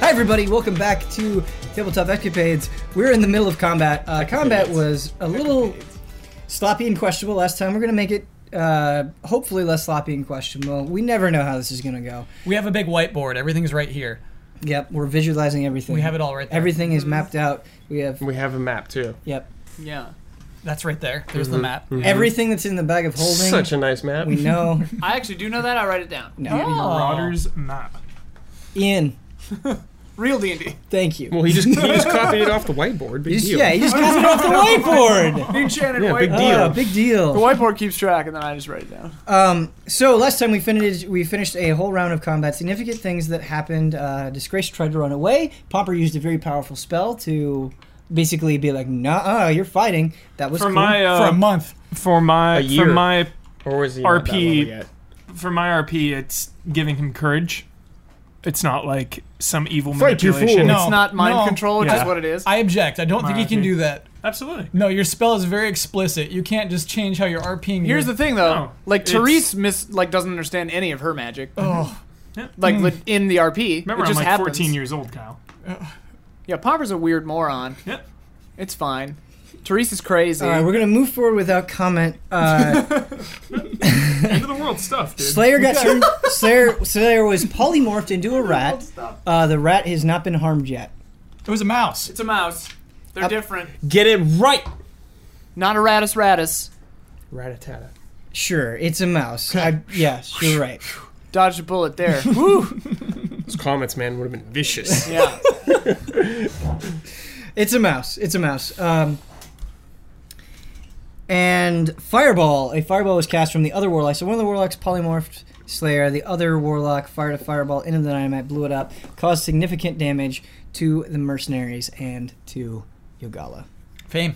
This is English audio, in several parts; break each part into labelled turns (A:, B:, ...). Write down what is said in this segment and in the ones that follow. A: Hi, everybody. Welcome back to Tabletop Escapades. We're in the middle of combat. Uh, combat was a little sloppy and questionable last time. We're going to make it uh, hopefully less sloppy and questionable. We never know how this is going to go.
B: We have a big whiteboard. Everything's right here.
A: Yep, we're visualizing everything.
B: We have it all right there.
A: Everything is mapped out. We have,
C: We have a map too.
A: yep,
D: Yeah.
B: That's right there. There's the map.
A: everything that's in the bag of holding.
C: Such a nice map.
A: we know.
D: I actually do know that. I write it down.
A: No.
E: Marauder's map.
A: Ian,
D: Real D&D.
A: thank you.
C: Well, he just he just copied it off the whiteboard. Big
A: You just-
C: deal.
A: yeah, you just got it off the whiteboard.
D: Enchanted
C: Yeah, big
D: whiteboard.
C: deal.
A: Oh, big deal.
D: The whiteboard keeps track, and then I just write it down.
A: Um, so last time we finished, we finished a whole round of combat. Significant things that happened. Uh, Disgrace tried to run away. Pomper used a very powerful spell to basically be like, "Nah, you're fighting." That was
E: For
A: cool.
E: my uh,
B: For a month.
E: for
C: A
E: my
C: year.
E: for my
C: Or was he not that
E: RP.
C: level yet?
E: for my RP, it's giving him courage. It's not like some evil
C: Fight you,
E: manipulation.
C: fool.
B: No.
E: It's-
D: It's not mind
B: no,
D: control, which
E: Oh, yeah.
D: is what it is.
B: I object. I don't think he can
E: Marauder.
B: do that.
E: absolutely.
B: No, your spell is very explicit. You can't just change how you're RPing.
D: Here's the thing, though.
E: No,
D: like
E: it's-
D: Therese miss like doesn't understand any of her magic.
B: Oh,
D: Like li- in the RP,
E: Hmm. Remember,
D: it
E: I'm
D: just
E: like
D: happens.
E: 14 years old, Kyle.
D: Yeah, Pomper's a weird moron.
E: Yep.
D: It's fine. Therese is crazy.
A: All right, we're gonna move forward without comment. Uh,
E: End of the world stuff, dude.
A: Slayer got turned. Slayer, Slayer was polymorphed into a rat. Uh, the rat has not been harmed yet.
B: it was a mouse.
D: it's a mouse. They're different.
C: Get it right.
D: Not a ratus ratus.
C: Ratatata.
A: Sure, it's a mouse. I, yes, you're right.
D: Dodged a bullet there. Woo.
C: Those comments, man, would have been vicious.
D: Yeah.
A: It's a mouse. It's a mouse. Um, and fireball. A fireball was cast from the other warlock. So one of the warlocks polymorphed Slayer. The other warlock fired a fireball into the dynamite, blew it up, caused significant damage to the mercenaries and to Yogala.
B: Fame.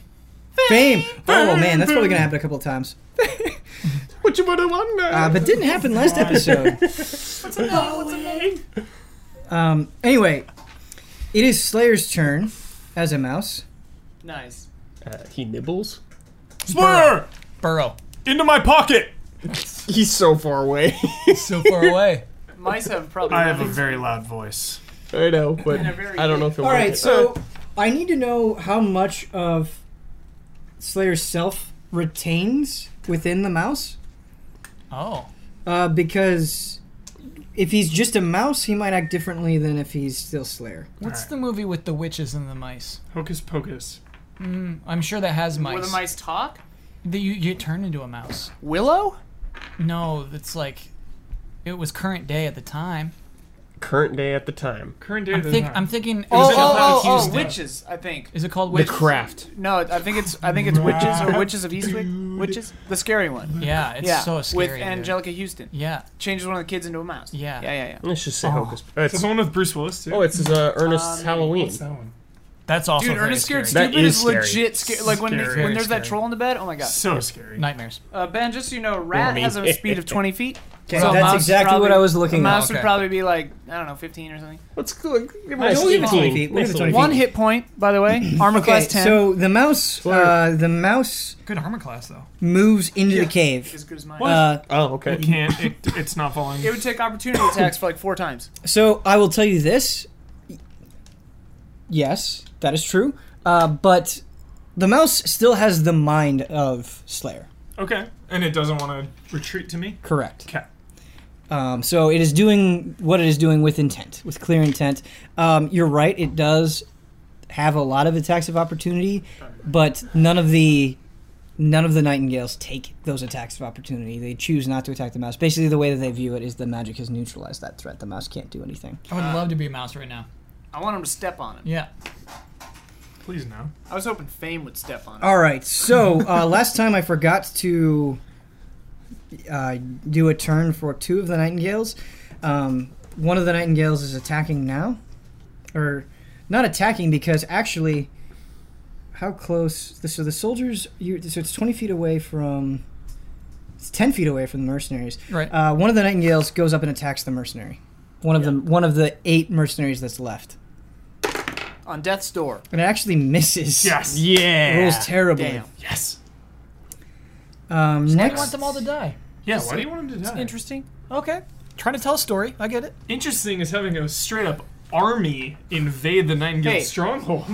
A: Fame. Oh man, that's probably gonna happen a couple of times.
C: what you wanna wonder?
A: Uh, but didn't happen last episode. Um, anyway, it is Slayer's turn as a mouse.
D: nice.
C: Uh, he nibbles.
E: Slayer,
B: Burrow.
E: into my pocket.
C: He's so far away.
B: So far away.
D: Mice have probably.
E: I have a very loud voice.
C: I know, but
D: And a very
C: I don't know if he'll
A: All
C: make
A: right,
C: it.
A: so I need to know how much of Slayer's self retains within the mouse,
B: Oh.
A: uh, because if he's just a mouse, he might act differently than if he's still Slayer.
B: What's
E: Alright.
B: the movie with the witches and the mice?
E: Hocus pocus.
B: Mm, I'm sure that has mice.
D: Will the mice talk?
B: That you, you turn into a mouse.
D: Willow?
B: No, that's like. It was current day at the time.
C: Uh, current day at the time.
E: Current day
B: I'm,
E: of the
B: think,
E: time.
B: I'm thinking.
D: Oh,
B: it was
D: oh,
B: about
D: oh, oh,
B: Tuesday.
D: witches, I think.
B: Is it called
C: The
B: witches?
C: craft.
D: No, I think it's I think it's witches or witches of Eastwick. Witches, the scary one.
B: Yeah, it's
D: yeah,
B: so scary.
D: with
B: dude.
D: Angelica Houston.
B: Yeah.
D: Changes one of the kids into a mouse.
B: Yeah.
D: yeah, yeah, yeah.
C: Let's just say
A: Oh.
C: hocus.
E: It's
C: It's,
E: the one with Bruce Willis too.
C: oh, it's his, uh, Ernest's
D: Um,
C: Halloween.
E: What's that one?
B: That's also
D: Dude,
B: very
D: Ernest Scared
B: scary.
C: That
D: Stupid
C: is
D: is
C: scary.
D: legit scary. Like when
E: Scary.
D: when there's that
B: Scary.
D: troll in the bed. Oh my god.
E: So scary.
B: Nightmares.
D: Uh, ben, just so you know, rat
C: me.
D: has a speed of 20 feet.
A: Okay,
D: So a
A: that's
D: mouse
A: exactly
D: probably-
A: what I was looking
D: A mouse
A: at.
B: Okay.
D: would probably be like I don't know, 15 or something.
C: Let's go. Give him
A: I
C: a
A: don't give it 20
C: 18.
A: feet. We'll give it
C: Nice
A: 20
C: little-
D: One hit point, by the way. Armor
A: Okay,
D: class 10.
A: so the mouse, uh, the mouse
B: Good armor class though.
A: moves into the
D: as
A: cave.
D: good as mine.
A: Uh,
C: Oh,
E: It
C: okay.
E: can't. It, it's not falling.
D: It would take opportunity attacks for like four times.
A: so I will tell you this. Yes, that is true. Uh, but the mouse still has the mind of Slayer.
E: Okay, and it doesn't want to retreat to me.
A: Correct.
E: Okay.
A: Um, so it is doing what it is doing with intent, with clear intent. Um, you're right; it does have a lot of attacks of opportunity, but none of the none of the nightingales take those attacks of opportunity. They choose not to attack the mouse. Basically, the way that they view it is the magic has neutralized that threat. The mouse can't do anything.
B: I would love to be a mouse right now.
D: I want him to step on him.
B: Yeah.
E: Please no.
D: I was hoping Fame would step on him.
A: All right. So uh, last time I forgot to uh, do a turn for two of the nightingales. Um, one of the nightingales is attacking now, or not attacking because actually, how close? So the soldiers, you, so it's twenty feet away from. It's ten feet away from the mercenaries.
B: Right.
A: Uh, one of the nightingales goes up and attacks the mercenary. One of them, one of the eight mercenaries that's left,
D: On death's door.
A: and it actually misses.
E: Yes.
C: Yeah.
A: Rolls terribly.
D: Damn.
E: Yes.
A: Um,
B: I
A: next,
B: want them all to die.
E: Yeah. Why do you want him to die?
D: Interesting.
B: Okay. Trying to tell a story. I get it.
E: Interesting is having a straight up army invade the Nightingale
D: Hey.
E: stronghold.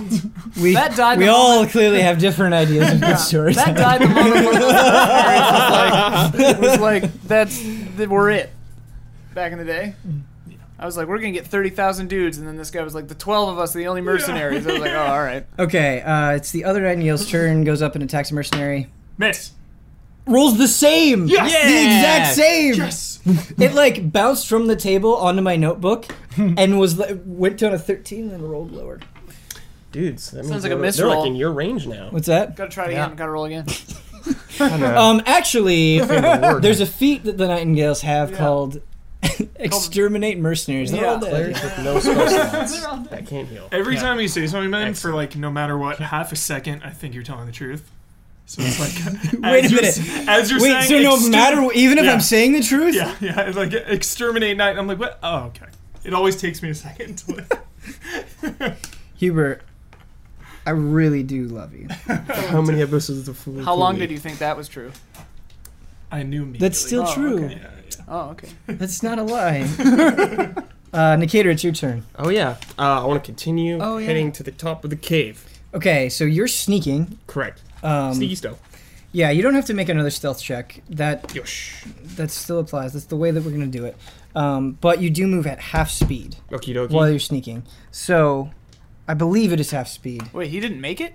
A: We,
D: That died
A: we
D: the
A: all
D: moment-
A: clearly have different ideas of good stories.
D: That died the moment one of those parents was like, was like, that's that we're it. Back in the day, I was like, we're gonna get thirty thousand dudes, and then this guy was like, the twelve of us, are the only mercenaries. I was like, oh, all right.
A: Okay, uh, it's the other Nightingale's turn, goes up and attacks a mercenary.
E: Miss.
A: Rolls the same!
E: Yes.
A: The exact same!
E: Yes.
A: It like bounced from the table onto my notebook and was like, went down a 13 and then rolled lower.
C: Dudes, that
D: Sounds
C: means
D: like a
C: they're- They're
D: misroll.
C: like in your range now.
A: What's that?
D: Gotta try it
B: Yeah.
D: again. Gotta roll again.
A: Um, actually,
C: word.
A: there's a feat that the Nightingales have called exterminate mercenaries. They're all
D: Yeah.
A: dead.
C: Players with no spell slots that can't heal.
E: Every
B: Yeah.
E: time you say something, man, for like no matter what, half a second, I think you're telling the truth. So it's
A: Wait
E: like,
A: a
E: as you're
A: minute.
E: s- As you're
A: Wait, so
E: saying,
A: no
E: exter-
A: matter, even if
E: Yeah.
A: I'm saying the truth,
E: Yeah, yeah. It's like exterminate night. I'm like, what? Oh, okay. It always takes me a second. To
A: Hubert, I really do love you.
C: How many episodes of Fool?
D: How long did you think that was true?
E: I knew me.
A: That's still
D: Oh,
A: true.
D: okay.
E: Yeah, yeah.
D: Oh, okay.
A: That's not a lie. uh, Nikator, it's your turn.
C: Oh yeah. Uh, I want to continue
A: Oh, yeah.
C: heading to the top of the cave.
A: Okay, so you're sneaking.
C: Correct.
A: Um,
C: Sneaky Stow.
A: Yeah, you don't have to make another stealth check. That
C: Yosh.
A: that still applies. That's the way that we're gonna do it. Um, but you do move at half speed
C: Okie dokie.
D: Mm-hmm.
A: while you're sneaking. So, I believe it is half speed.
D: Wait, he didn't make it.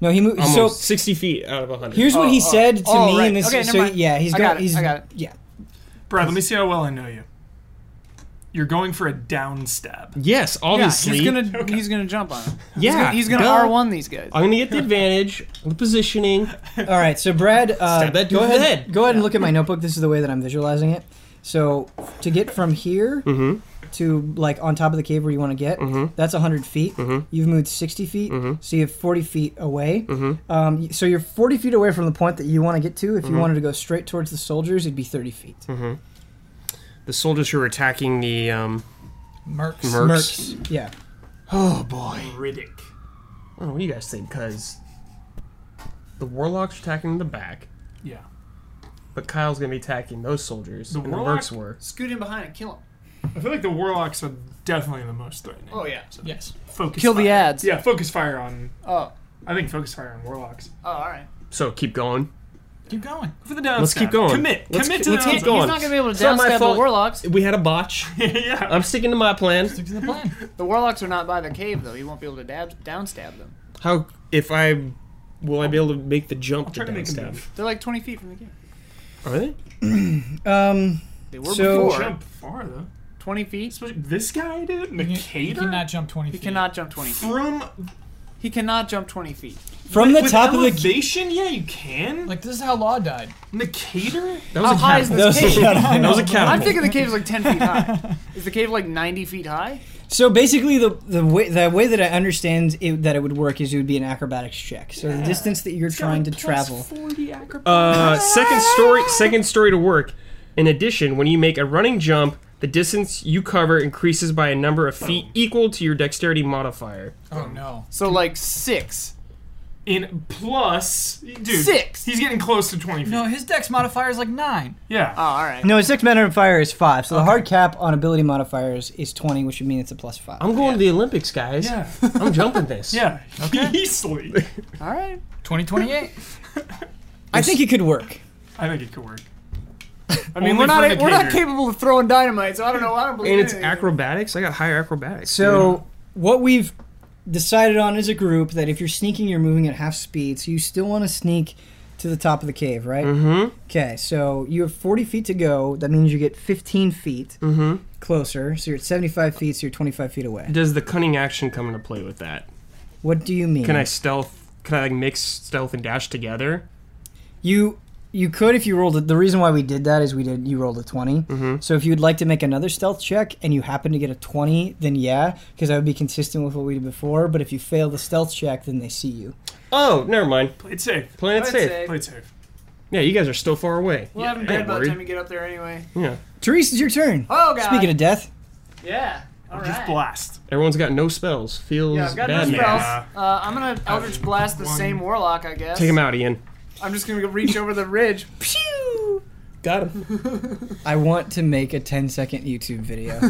A: No, he moved.
C: Almost
A: So
C: 60 feet out of 100.
A: here's what
D: Oh,
A: he
D: oh,
A: said to
D: oh,
A: me.
D: right.
A: in this,
D: Okay, never
A: so
D: mind.
A: yeah, he's
D: I
A: going.
D: got it,
A: He's,
D: I got it.
A: Yeah.
E: Brad, let me see how well I know you. You're going for a down stab.
C: Yes, obviously.
D: he's gonna he's gonna jump on him.
C: yeah,
D: he's gonna
C: duh.
D: R one these guys.
C: I'm gonna get the advantage, the positioning.
A: All right. So Brad, uh,
C: Stab that dude
A: go
C: in the
A: ahead.
C: head.
A: Go ahead and look at my notebook. This is the way that I'm visualizing it. So to get from here
C: Mm-hmm.
A: to like on top of the cave where you want to get,
C: Mhm.
A: that's 100 feet.
C: Mhm.
A: You've moved 60 feet,
C: Mhm.
A: so you have 40 feet away.
C: Mhm.
A: Um, y- so you're 40 feet away from the point that you want to get to.
C: Mm-hmm.
A: If you wanted to go straight towards the soldiers, it'd be 30 feet.
C: The soldiers who are attacking the um,
B: Mercs.
C: mercs.
A: Yeah.
C: Oh boy.
E: Riddick.
C: Oh, what do you guys think? Because the warlocks are attacking the back,
E: Yeah.
C: but Kyle's gonna be attacking those soldiers.
E: The
C: and
E: warlock-
C: the mercs were.
D: Scoot in behind and kill him.
E: I feel like the warlocks are definitely the most threatening.
D: Oh yeah.
B: Yes.
E: Focus.
D: Kill the
E: fire.
D: ads.
E: Yeah, focus fire on.
D: Oh.
E: I think focus fire on warlocks.
D: Oh, all right.
C: So keep going.
B: Keep going.
E: For the down
C: Let's
E: stab.
C: keep going.
E: Commit.
C: Let's
E: Commit
C: ke-
E: to
C: let's
E: the
C: keep
E: down
C: going.
D: He's not gonna be able to
C: It's not my
D: downstab the
C: fault.
D: warlocks.
C: We had a botch.
E: stab. yeah.
C: I'm sticking to my plan.
B: Stick to the plan.
D: The warlocks are not by the cave though. He won't be able to dab- downstab them.
C: How if I will I be able to make the jump
E: trying to
C: down
E: make a
C: stab?
E: move.
D: They're like twenty feet from the cave.
C: Are they?
A: Um,
D: They were
A: So-
D: before.
E: Jump far though.
D: 20 feet.
E: Especially this guy did.
B: You, you
E: Nicator.
B: cannot jump 20
D: He
B: feet.
D: cannot jump 20 feet.
E: From
D: He cannot jump 20 feet.
A: from the
E: with
A: top of the.
E: elevation, yeah, you can. Like
B: Like, this is how Law died.
E: Nicator.
C: That was
D: How
C: a
D: high is
C: catapult.
D: this cave?
C: That was a
D: I'm
C: catapult.
D: thinking the cave's like 10 feet high. Is the cave like 90 feet high?
A: So basically, the the way the way that I understand it, that it would work is it would be an acrobatics check. So the distance that you're trying to travel.
C: Uh, second story. Second story to work. In addition, when you make a running jump, the distance you cover increases by a number of feet equal to your dexterity modifier.
B: Oh, no.
D: So like six.
E: In plus, dude,
D: Six.
E: He's getting close to twenty feet.
B: No, his dex modifier is like 9.
E: Yeah.
D: Oh, all right.
A: No, his six minute fire is five, so the hard cap on ability modifiers is twenty, which would mean it's a plus five.
C: I'm going to the Olympics, guys.
E: yeah.
C: I'm jumping this.
E: Yeah.
B: Okay.
E: Easily.
D: All right.
B: 2028.
A: I think it could work.
E: I think it could work. I
D: I mean,
E: mean,
D: we're
E: like,
D: not
E: from
D: we're not
E: Nicator.
D: capable of throwing dynamite, so I don't know. I don't believe
C: And it's
D: anything.
C: acrobatics. I got higher acrobatics.
A: So what we've decided on as a group that if you're sneaking, you're moving at half speed, so you still want to sneak to the top of the cave, right?
C: Mm-hmm.
A: Okay, so you have forty feet to go. That means you get fifteen feet
C: Mm-hmm.
A: closer, so you're at seventy-five feet, so you're twenty-five feet away.
C: Does the cunning action come into play with that?
A: What do you mean?
C: Can I stealth? Can I like mix stealth and dash together?
A: You you could if you rolled it. The reason why we did that is we did you rolled a 20
F: Mm-hmm.
A: So if you'd like to make another stealth check and you happen to get a twenty, then yeah, because that would be consistent with what we did before. But if you fail the stealth check, then they see you.
C: Oh, never mind.
E: Play it safe.
C: Playing it
D: I'd
C: safe.
D: say-
E: Play it safe.
C: Yeah, you guys are still far away.
D: We'll have him
C: I
D: dead
C: ain't
D: by the
C: worried.
D: time we get up there anyway.
C: Yeah.
A: Therese, it's your turn.
D: Oh god.
A: Speaking of death,
D: yeah. All right.
E: Just blast.
C: Everyone's got no spells. Feels
D: Yeah, I've got no
C: bad.
D: spells.
C: man.
E: Yeah.
D: Uh, I'm gonna Eldritch Blast the
E: One.
D: same warlock, I guess.
C: Take him out, Ian.
D: I'm just gonna go reach over the ridge. Pew!
F: Got him.
A: I want to make a 10 second YouTube video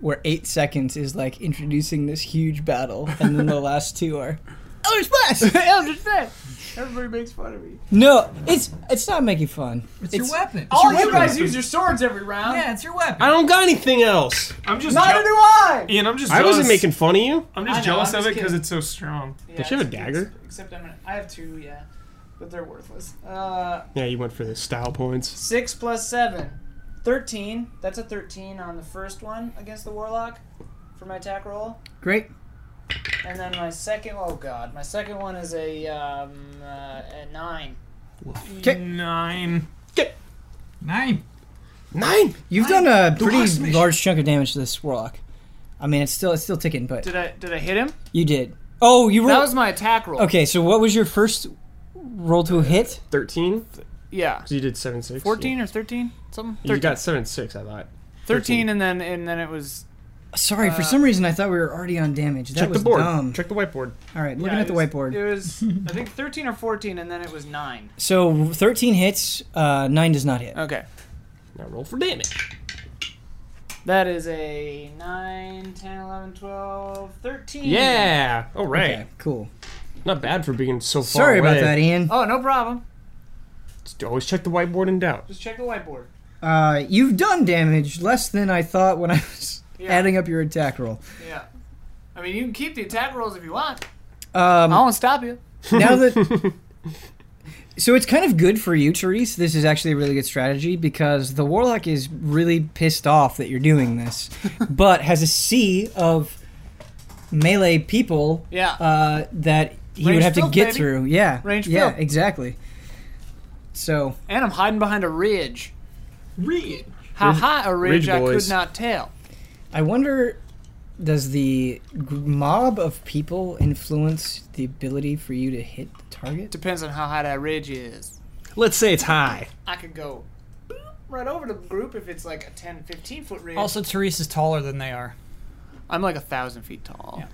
A: where eight seconds is like introducing this huge battle, and then the last two are Elder Splash.
D: Eldritch Blast! Everybody makes fun of me.
A: No, it's it's not making fun. It's,
B: weapon.
D: All you guys use your swords every round.
B: yeah, it's your weapon.
C: I don't got anything else.
E: I'm just
D: Neither
E: jeal-
D: do I.
E: Ian, I'm just
C: I
E: jealous.
C: wasn't making fun of you.
E: I'm
D: I
E: just
D: know,
E: jealous
D: I'm
E: of it
D: just
E: because
D: kidding.
E: it's so strong.
D: Yeah,
C: Does she have a
D: it's-
C: dagger?
D: Except I'm gonna, I have two, yeah, but they're worthless. Uh,
C: Yeah, you went for the style points.
D: six plus seven. 13. That's a 13 on the first one against the warlock for my attack roll.
A: great.
D: And then my second, oh god, my second one is a, um, uh, a 9.
A: Okay.
E: Nine.
B: Nine.
C: Nine.
A: You've done a pretty large chunk of damage to this warlock. I mean, it's still it's still ticking, but
D: Did I did I hit him?
A: you did. Oh, you
D: That
A: rolled.
D: was my attack roll.
A: okay, so what was your first roll to hit?
C: Thirteen.
D: Yeah.
C: So you did seven six.
D: 14 or 13? Something?
C: You got seven six. I thought.
D: 13 and then and then it was
A: Sorry, for some reason I thought we were already on damage. That
C: Uh, Check
A: was
C: the board.
A: dumb.
C: Check the whiteboard.
A: All right, looking at the whiteboard.
D: It was I think 13 or 14 and then it was 9.
A: So 13 hits, uh, 9 does not hit.
D: Okay.
C: Now roll for damage.
D: That is a 9, 10, 11, 12, 13.
C: Yeah. All right.
A: Okay, cool.
C: Not bad for being so far
A: Sorry about
C: away.
A: that, Ian.
D: Oh, no problem.
C: Just Always check the whiteboard in doubt.
D: Just check the whiteboard.
C: Oh.
A: Uh, you've done damage less than I thought when I was
D: Yeah.
A: adding up your attack roll.
D: Yeah. I mean, you can keep the attack rolls if you want.
A: Um,
D: I won't stop you.
A: now that so it's kind of good for you Therese this is actually a really good strategy because the warlock is really pissed off that you're doing this but has a sea of melee people
D: Yeah.
A: uh, that he would
D: Range
A: have to
D: field,
A: get
D: baby.
A: through yeah
D: Range
A: yeah
D: field.
A: exactly so
D: and I'm hiding behind a ridge.
E: Read.
D: How high a ridge,
C: ridge
D: I
C: boys.
D: could not tell.
A: I wonder does the g- mob of people influence the ability for you to hit the target
D: Depends on how high that ridge is.
C: Let's say it's high.
D: I could go boop right over the group if it's like a 10, 15 foot ridge.
B: Also, Therese is taller than they are.
D: I'm like a thousand feet tall.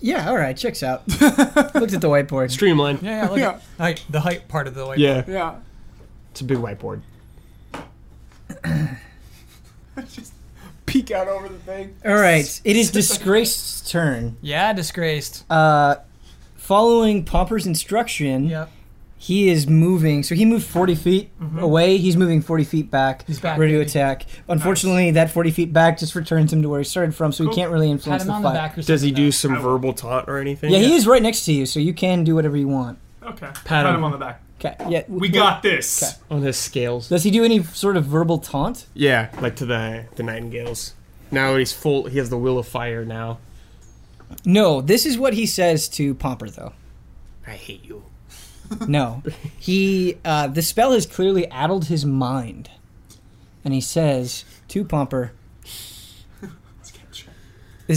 A: yeah all right checks out looked at the whiteboard
C: Streamline.
B: Yeah, yeah. Look At, height, the height part of the way.
C: Yeah.
D: Yeah.
C: It's a big whiteboard.
D: Peek out over the thing.
A: All right, it is Disgraced's turn.
B: Yeah, disgraced.
A: Uh, following Pomper's instruction,
B: Yep.
A: he is moving. So he moved 40 feet away. He's moving 40 feet back.
B: Mm-hmm. He's back,
A: Ready to
B: baby.
A: attack. Unfortunately, that 40 feet back just returns him to where he started from, so he can't really
B: Pat
A: influence
B: him
A: the
B: on the
A: fight.
B: back or something.
C: Does he do
B: though.
C: some verbal taunt or anything?
A: Yeah, he is right next to you, so you can do whatever you want.
E: Okay. Pat,
C: him.
E: him on the back.
A: Okay. Yeah. w-
E: We got this.
A: Okay.
C: on his scales.
A: Does he do any sort of verbal taunt?
C: Yeah, like to the the nightingales. Now he's full. He has the will of fire now.
A: No. This is what he says to Pomper, though.
C: I hate you.
A: No. He uh, the spell has clearly addled his mind. And he says to Pomper This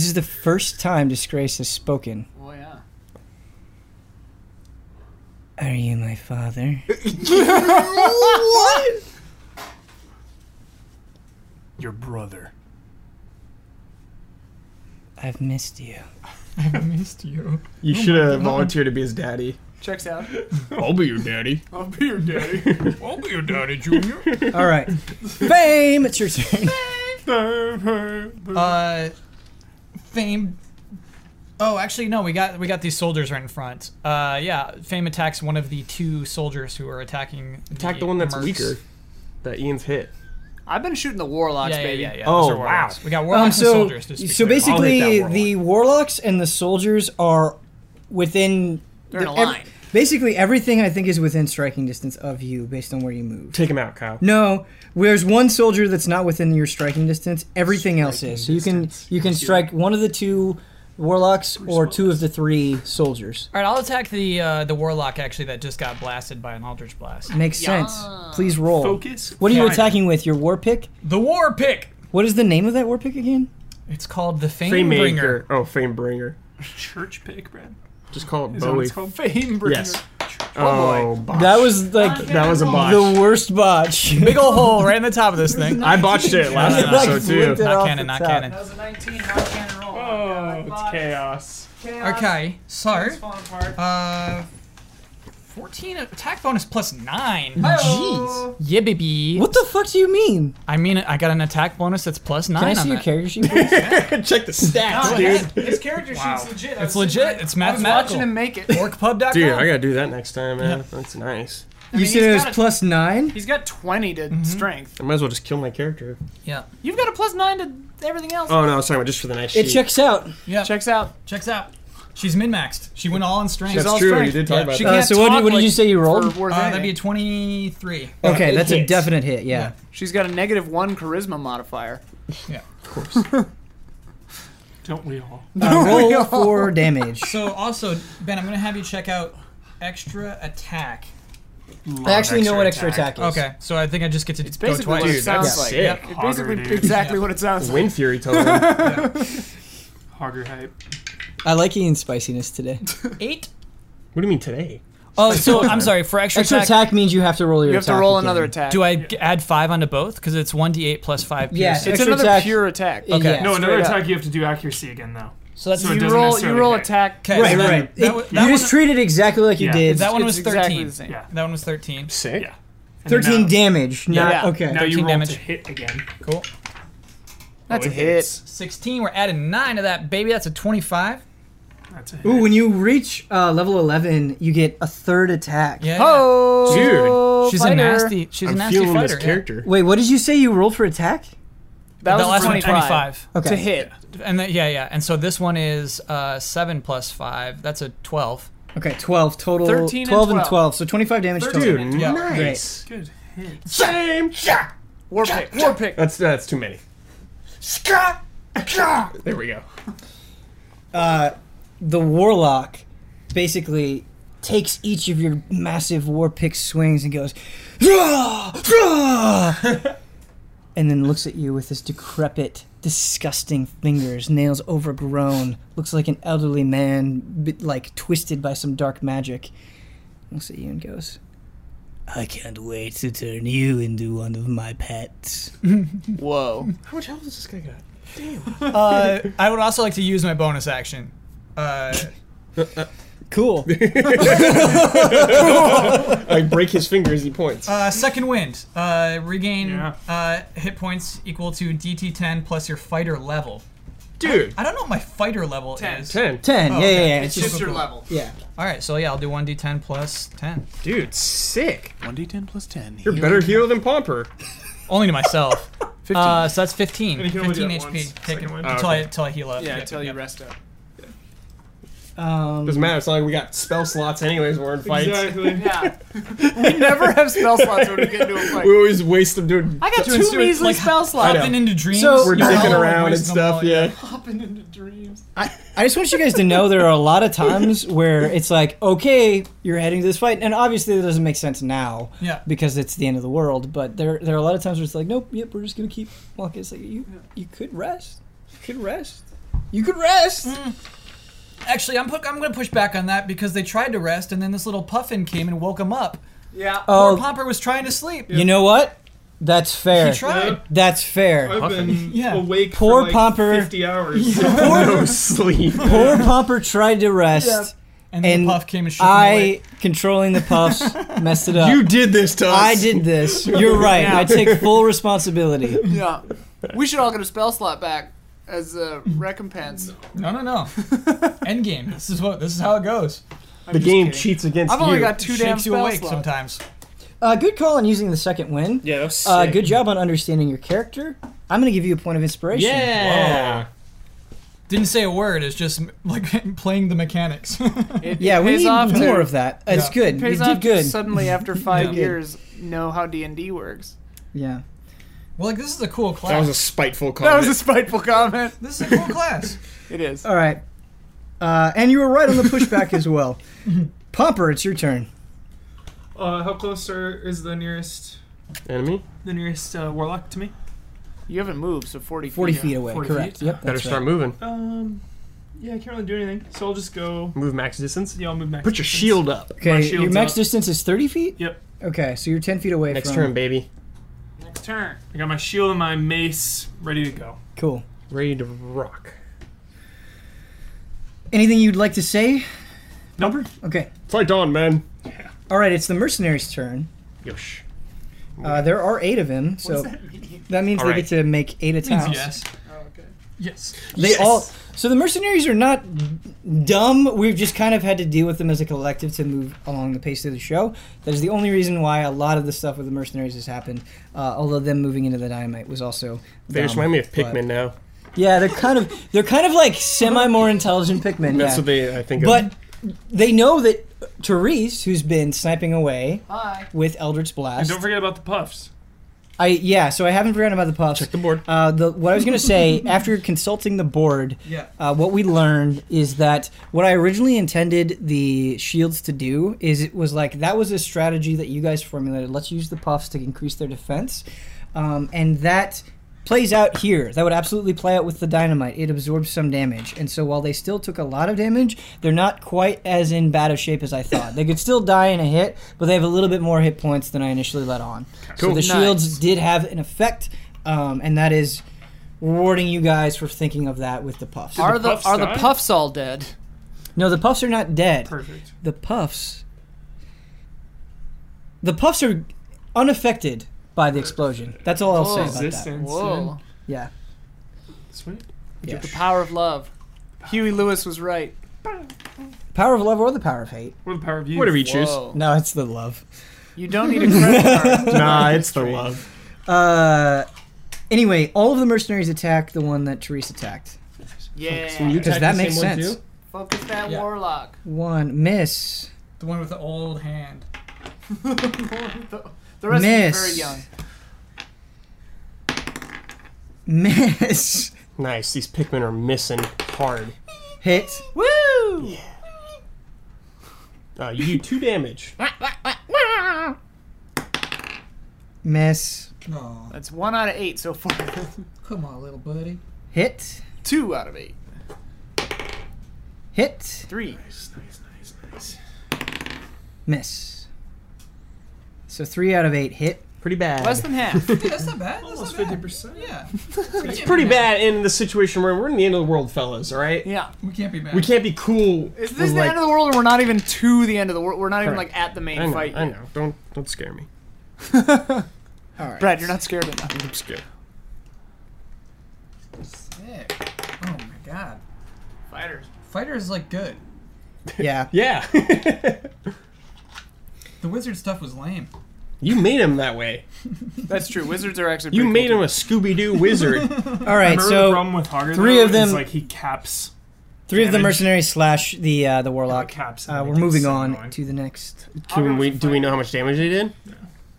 A: is the first time Disgrace has spoken.
D: Well, yeah.
A: Are you my father?
E: Your brother.
A: I've missed you.
B: I missed you.
C: You should have volunteered to be his daddy.
D: Checks out.
C: I'll be your daddy.
E: I'll be your daddy. I'll be your daddy, Junior.
A: All right. Fame, it's your turn.
B: Uh, fame. Oh, actually, no. We got we got these soldiers right in front. Uh, yeah. Fame attacks one of the two soldiers who are attacking.
C: Attack the one that's
B: mercs.
C: weaker. That Ian's hit.
D: I've been shooting the warlocks,
B: Yeah, yeah,
D: baby.
B: yeah, yeah.
C: Oh,
B: Those are warlocks.
C: wow.
B: We got
A: Um,
B: warlocks and
A: so,
B: soldiers. To speak
A: so
B: to.
A: basically,
C: I'll hit that
A: the warlocks and the soldiers are within.
D: They're in a
A: ev-
D: line.
A: basically, everything I think is within striking distance of you based on where you move.
C: Take him out, Kyle.
A: No, there's one soldier that's not within your striking distance. Everything else is. So you can you can strike one of the two warlocks or two of the three soldiers.
B: All right, I'll attack the uh, the warlock actually that just got blasted by an aldrich blast.
A: Makes sense. Please roll.
E: Focus.
A: What are you
E: fire.
A: attacking with? Your war pick?
B: The war pick.
A: What is the name of that war pick again?
B: It's called the fame,
C: Fame
B: bringer.
C: maker. Oh, fame bringer.
E: Church pick, Brad.
C: Just call it
E: Is that what
C: Bowie.
E: it's called? Fame bringer.
C: Yes. Oh,
D: Oh,
C: botch.
A: That was like
C: that was a botch.
A: the worst botch.
B: Big ol' hole right in the top of this thing.
C: I botched it last
B: Like,
C: episode
A: flipped
C: too.
A: it.
B: Not
A: off
B: canon,
A: the
B: not
A: top.
B: canon.
D: That was a 19 hard cannon roll.
E: Oh, it's chaos.
D: chaos.
B: Okay, so
D: It's falling apart.
B: uh, 14 attack bonus plus 9.
A: Jeez.
B: Yeah, baby.
A: What the fuck do you mean?
B: I mean, I got an attack bonus that's plus 9
A: Can I
B: on
A: see your
B: that.
A: character sheet? please?
F: Check the stats,
D: Oh,
F: dude.
D: his- His character sheet's legit. I
B: It's
D: was sitting
B: legit.
D: right-
B: It's
D: I was
B: mathematical.
D: watching him make it.
B: Orcpub.com.
C: Dude, I gotta do that next time, man. That's nice.
A: you
D: mean,
A: said
D: he's
A: it was
D: got a-
A: plus nine.
D: He's got 20 to
A: Mm-hmm.
D: strength.
C: I might as well just kill my character.
B: Yeah.
D: You've got a plus 9 to everything else.
C: Oh no, I was talking about just for the nice
A: It
C: sheet.
A: checks out.
B: Yeah.
D: Checks out.
B: Checks out. She's min maxed. She went all on strength.
C: That's
D: all
C: true.
D: strength.
C: You did talk
B: Yeah,
C: about
B: she
C: that.
A: Uh,
B: can't
A: so what,
B: talk
A: did- what did you
B: like-
A: say you
D: Or
A: rolled?
D: worth
B: Uh, that'd
D: anything.
B: be a 23.
A: Okay,
C: it
A: that's a
C: hits.
A: definite hit. Yeah.
D: She's got a negative 1 charisma modifier.
E: Don't we all?
A: Uh, roll for damage.
B: So also, Ben, I'm gonna have you check out extra attack.
A: I actually know what extra attack, is.
B: Okay, so I think I just get to it's go
D: Basically,
B: twice.
D: what it
C: Dude, that's
D: sounds like.
C: sick.
D: It basically
E: Hogger, dude.
D: exactly what it sounds like.
C: Wind Fury totem.
E: Hogger hype.
A: I like eating spiciness today.
B: Eight.
C: What do you mean today?
B: Oh, so I'm sorry for extra,
A: Extra
B: attack.
A: attack means you have to roll your.
D: You have to
A: attack
D: roll
A: again.
D: another attack.
B: Do I g- add five onto both? Because it's one d8 plus five.
A: Yeah,
B: piercing.
D: It's
A: Extra
D: another
A: attack.
D: pure attack.
A: Okay.
E: No, another
D: Straight up.
E: attack. You have to do accuracy again though.
B: So that's
E: So it
D: You
E: doesn't
D: roll, you
E: necessarily
D: roll
E: hit.
D: attack.
B: okay.
A: Right,
B: so
A: right.
B: then
A: It-
B: That, wa- that
A: you
B: one,
A: just treat it exactly like you
E: Yeah.
A: did.
B: that one
D: It's
B: was 13.
D: exactly the same.
E: Yeah.
B: That one was 13.
F: Sick.
E: Yeah. And then
A: Thirteen
E: now-
A: damage. Not
D: Yeah.
A: okay.
E: Now
B: 13
E: you roll
B: damage.
E: to hit again.
B: Cool.
D: That's
E: Oh,
D: a
E: it
D: hit.
B: 16. We're adding nine to that baby. That's a 25.
E: That's a hit.
A: Ooh, when you reach uh, level eleven, you get a third attack.
B: Yeah.
D: Oh,
C: Dude,
B: She's
D: fighter.
B: a nasty. She's
C: I'm
B: a nasty
C: feeling
B: fighter.
C: this
B: yeah.
C: character.
A: Wait, what did you say you rolled for attack?
D: That
B: The
D: was
B: last
D: a
B: one was
D: 25.
B: 25.
A: Okay.
D: To hit.
B: And then yeah, yeah. And so this one is uh, seven plus five. That's a twelve.
A: Okay, 12 total.
D: 13 and
A: 12 and
D: 12.
A: 12. So 25 damage
C: Dude,
A: total.
B: Yeah.
C: nice.
E: Good hit.
C: Same shot.
D: War pick. War pick.
C: That's that's too many. Scott. There we go.
A: Uh, the warlock basically takes each of your massive war pick swings and goes, "Rah! Rah!" and then looks at you with his decrepit, disgusting fingers, nails overgrown, looks like an elderly man, bit like twisted by some dark magic. Looks at you and goes, I can't wait to turn you into one of my pets.
D: Whoa.
C: How much health does this guy got?
B: Uh, I would also like to use my bonus action. Uh,
A: Cool.
C: I break his finger as he points.
B: uh, second wind. Uh, regain
E: Yeah.
B: uh, hit points equal to DT10 plus your fighter level.
C: Dude,
B: I don't know what my fighter level is.
C: ten.
A: 10.
B: Oh,
A: yeah,
B: okay.
A: yeah, yeah.
B: It's
A: It's
B: just-
A: just-
B: your
D: level.
A: yeah.
B: All right, so yeah, I'll do one D10 plus 10.
C: Dude, sick.
F: 1d10 plus 10.
C: You're a better hero than Pomper.
B: Only to myself. Uh, so that's 15.
E: you can only do
B: 15
E: it
B: HP.
E: once.
B: Take it
E: Second wind.
B: until,
C: Oh,
B: I,
C: okay.
B: until I heal up.
D: Yeah,
B: Yep,
D: until you
B: yep.
D: rest up.
A: Um,
C: Doesn't matter. It's not like we got spell slots anyways. when We're in fights.
E: Exactly.
D: Yeah. we never have spell slots when we get into a
C: We
D: fight.
C: always waste them doing.
D: I got
C: doing
D: two
C: stupid-
D: measly
B: like,
D: spell
C: I
D: slots.
C: know.
B: Popping into dreams.
A: So-
C: We're
B: you're
C: dicking
B: all
C: around and
B: wasting
C: stuff.
B: Oh, all your-
C: Yeah.
D: Popping into dreams.
A: I just want you guys to know there are a lot of times where it's like, okay, you're heading to this fight, and obviously that doesn't make sense now
B: Yeah.
A: because it's the end of the world. But there, there are a lot of times where it's like, nope, yep, we're just gonna keep walking. It's like you, you could rest, you could rest, you could rest.
B: Actually, I'm, pu- I'm going to push back on that because they tried to rest and then this little puffin came and woke him up.
D: Yeah.
B: Poor
A: Oh,
B: Pomper was trying to sleep.
A: you know what? That's fair.
B: He tried.
A: That's fair.
E: I've been
B: Yeah.
E: awake
A: Poor Pomper.
E: hours.
C: No Oh, sleep.
A: Poor Pomper tried to rest.
B: And then
A: And
B: the puff came and shook him awake.
A: I controlling the puffs messed it up.
C: You did this to us.
A: I did this. You're right. I take full responsibility.
D: Yeah. We should all get a spell slot back as a recompense.
B: No, no, no. Endgame. This is what. This is how it goes.
C: The game cheats against
D: I've only
C: you.
D: got two damn
B: Shakes you
D: spell
B: awake
D: slots.
B: sometimes.
A: Uh, good call on using the second win.
C: yeah, that was sick.
A: Uh, good job on understanding your character. I'm going to give you a point of inspiration.
C: Yeah.
B: Didn't say a word. It's just like playing the mechanics.
D: It,
A: Yeah,
D: it
A: we
D: pays
A: need
D: off to-
A: more of that. It's
B: Yeah.
A: good. You
D: Pays off
A: did
D: to
A: good.
D: suddenly after five
A: did good.
D: years know how D and D works.
A: yeah.
B: well, like this is a cool class.
C: That was a spiteful comment.
D: That was a spiteful comment.
B: this is a cool class.
D: It is.
A: All right. Uh, and you were right on the pushback as well. Pomper, it's your turn.
E: Uh, how close are, is the nearest
C: Enemy?
E: the nearest uh, warlock to me?
D: You haven't moved, so forty.
A: 40
E: Yeah,
A: feet away,
E: 40
A: correct.
E: feet.
A: Yep. that's
C: Better
A: right.
C: start moving.
E: Um, yeah, I can't really do anything, so I'll just go.
C: Move max distance.
E: Yeah, I'll move max.
C: Put your
E: distance.
C: shield up.
E: My
A: Okay,
E: shield's
A: your max
E: up.
A: distance is 30 feet?
E: Yep.
A: Okay, so you're 10 feet away
C: Next
A: from.
C: turn, baby.
D: Next turn.
E: I got my shield and my mace ready to go.
A: Cool.
C: Ready to rock.
A: Anything you'd like to say?
E: Number?
A: Okay.
C: Fight on, man.
A: All right, it's the mercenary's turn.
C: Yosh.
A: Uh, there are eight of him, so that means
C: All
A: they
C: right.
A: get to make eight attacks.
B: Yes. Yes.
A: They all. So the mercenaries are not dumb. We've just kind of had to deal with them as a collective to move along the pace of the show. That is the only reason why a lot of the stuff with the mercenaries has happened. Uh, although them moving into the dynamite was also.
C: They just
A: dumb,
C: remind me of
A: but-
C: Pikmin now.
A: Yeah, they're kind of they're kind of like semi more intelligent Pikmin.
C: That's
A: yeah.
C: what they I think. of.
A: But they know that Therese, who's been sniping away
D: Hi.
A: with Eldritch Blast,
E: And don't forget about the puffs.
A: I yeah. So I haven't forgotten about the puffs.
C: check the board.
A: Uh, the, what I was going to say, after consulting the board,
B: Yeah.
A: uh, what we learned is that what I originally intended the shields to do is it was like that was a strategy that you guys formulated. Let's use the puffs to increase their defense. Um, and that plays out here. That would absolutely play out with the dynamite. It absorbs some damage. And so while they still took a lot of damage, they're not quite as in bad of shape as I thought. they could still die in a hit, but they have a little bit more hit points than I initially let on. So
C: Cool.
A: the shields did have an effect, um, and that is rewarding you guys for thinking of that with the puffs.
D: Are the,
E: puffs
D: are the
E: die?
D: puffs all dead?
A: No, the puffs are not dead.
E: Perfect.
A: The puffs. The puffs are unaffected by the explosion. That's all I'll say about that.
E: Resistance.
D: Whoa.
A: Yeah.
E: yeah. Sweet.
A: yeah.
D: The power of love. Huey Lewis was right.
A: Power of love or the power of hate?
E: What the power of you?
C: Whatever you choose.
D: Whoa.
A: No, it's the love.
D: You don't need a credit card.
F: Nah, it's the love.
A: Uh, anyway, all of the mercenaries attack the one that Therese attacked.
D: Yeah.
A: Because that makes sense.
D: Focus that
B: Yeah.
D: warlock.
A: One miss.
B: The one with the old hand.
D: the the rest
A: Miss.
D: of you are very young.
A: Miss.
C: Nice. These Pikmin are missing hard.
A: Hit.
D: Woo!
C: Uh, you do two damage.
A: Miss.
B: No.
D: That's one out of eight so far.
B: Come on, little buddy.
A: Hit.
D: Two out of eight.
A: Hit.
D: Three.
A: Miss. So three out of eight hit.
C: Pretty bad.
D: Less than half.
B: that's not bad. That's
E: Almost
B: not
E: fifty
B: bad.
E: percent.
B: Yeah.
C: It's pretty bad in the situation we're in. We're in the end of the world, fellas. All right.
D: yeah.
B: We can't be bad.
C: We can't be cool.
D: Is
C: with,
D: this the
C: like-
D: end of the world or we're not even to the end of the world? We're not even
C: Correct.
D: like at the main
C: I know.
D: fight.
C: I know. Don't don't scare me.
A: All right.
D: Brad, you're not scared enough.
C: I'm scared.
B: Sick. Oh my god.
D: Fighters.
B: Fighter is like good.
A: Yeah.
C: Yeah.
B: The wizard stuff was lame.
C: you made him that way.
D: That's true. Wizards are actually.
C: You
D: pretty
C: made
D: cool
C: him a Scooby Doo wizard.
A: All right.
E: Remember the
A: So
E: problem with Hager?
A: three
E: though,
A: of them-
E: Is like he caps.
A: three of the
E: damage.
A: mercenaries slash the uh, the warlock.
E: Caps.
A: Uh,
E: and
A: we're
E: it's
A: moving
E: so
A: on
E: annoying.
A: to the next.
C: Can we? Do we know how much damage they did?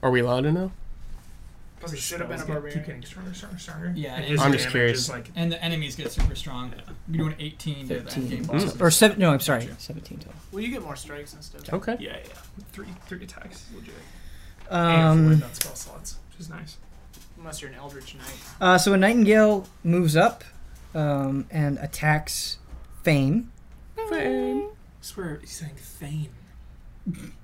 C: Are we allowed to know?
D: Oh,
E: Probably should have been a Keep getting stronger, stronger, stronger.
B: Yeah,
E: And
B: it
E: his
B: is.
C: I'm just
E: damage
C: curious.
E: is, Like,
B: And the enemies get super strong. You're doing 18 to the end game boss.
A: Mm. Or seven? No, I'm sorry. Seventeen total.
D: too. Well, you get more strikes and stuff.
C: Okay.
E: yeah, yeah. Three, three attacks. is Legit. and
A: Um,
E: four not spell slots, which is nice.
D: Unless you're an Eldritch Knight.
A: uh, so a nightingale moves up um, and attacks Fame.
E: I swear, he's saying Thane.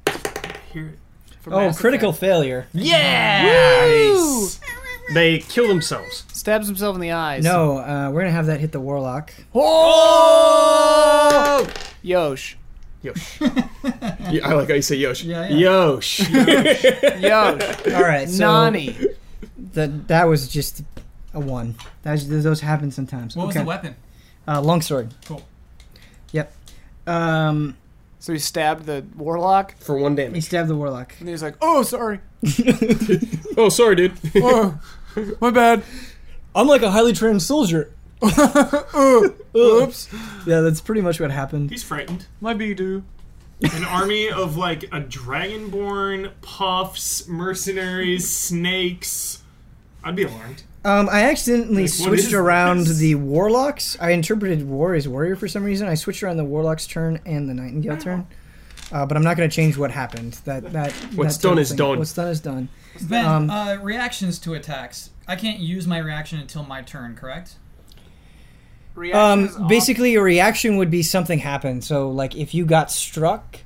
E: Hear it.
D: For
A: Oh,
D: Mass
A: critical
D: Effect.
A: failure.
C: Yeah. They kill themselves.
D: Stabs himself in the eyes.
A: No, uh, we're gonna have that hit the warlock.
D: Oh! Yosh.
C: Yosh. yeah, I like how you say Yosh.
B: Yeah, yeah.
C: Yosh.
D: Yosh.
A: All right. So
D: Nani.
A: That that was just a one. That's, those happen sometimes.
B: What was
A: okay.
B: the weapon?
A: Uh, longsword.
B: Cool.
A: Yep. Um,
D: So he stabbed the warlock,
C: For one
A: he
C: damage.
A: stabbed the warlock.
D: and he's like, "Oh, sorry,
C: Oh, sorry, dude.
D: oh, my bad."
A: I'm like a highly trained soldier.
D: Oops,
A: Yeah, that's pretty much what happened.
E: He's frightened.
D: my bee do.
E: An army of like a dragonborn, puffs, mercenaries, snakes. I'd be alarmed.
A: Um, I accidentally
E: Like, what
A: switched
E: is
A: around
E: this?
A: the warlocks. I interpreted war as warrior for some reason. I switched around the warlock's turn and the nightingale turn. Uh, but I'm not going to change what happened. That that
C: What's
A: that type
C: done
A: of
C: is
A: thing.
C: done.
A: What's done is done.
B: Ben,
A: Um,
B: uh, reactions to attacks. I can't use my reaction until my turn, correct?
A: Um, basically, a reaction would be something happened. So, like, if you got struck,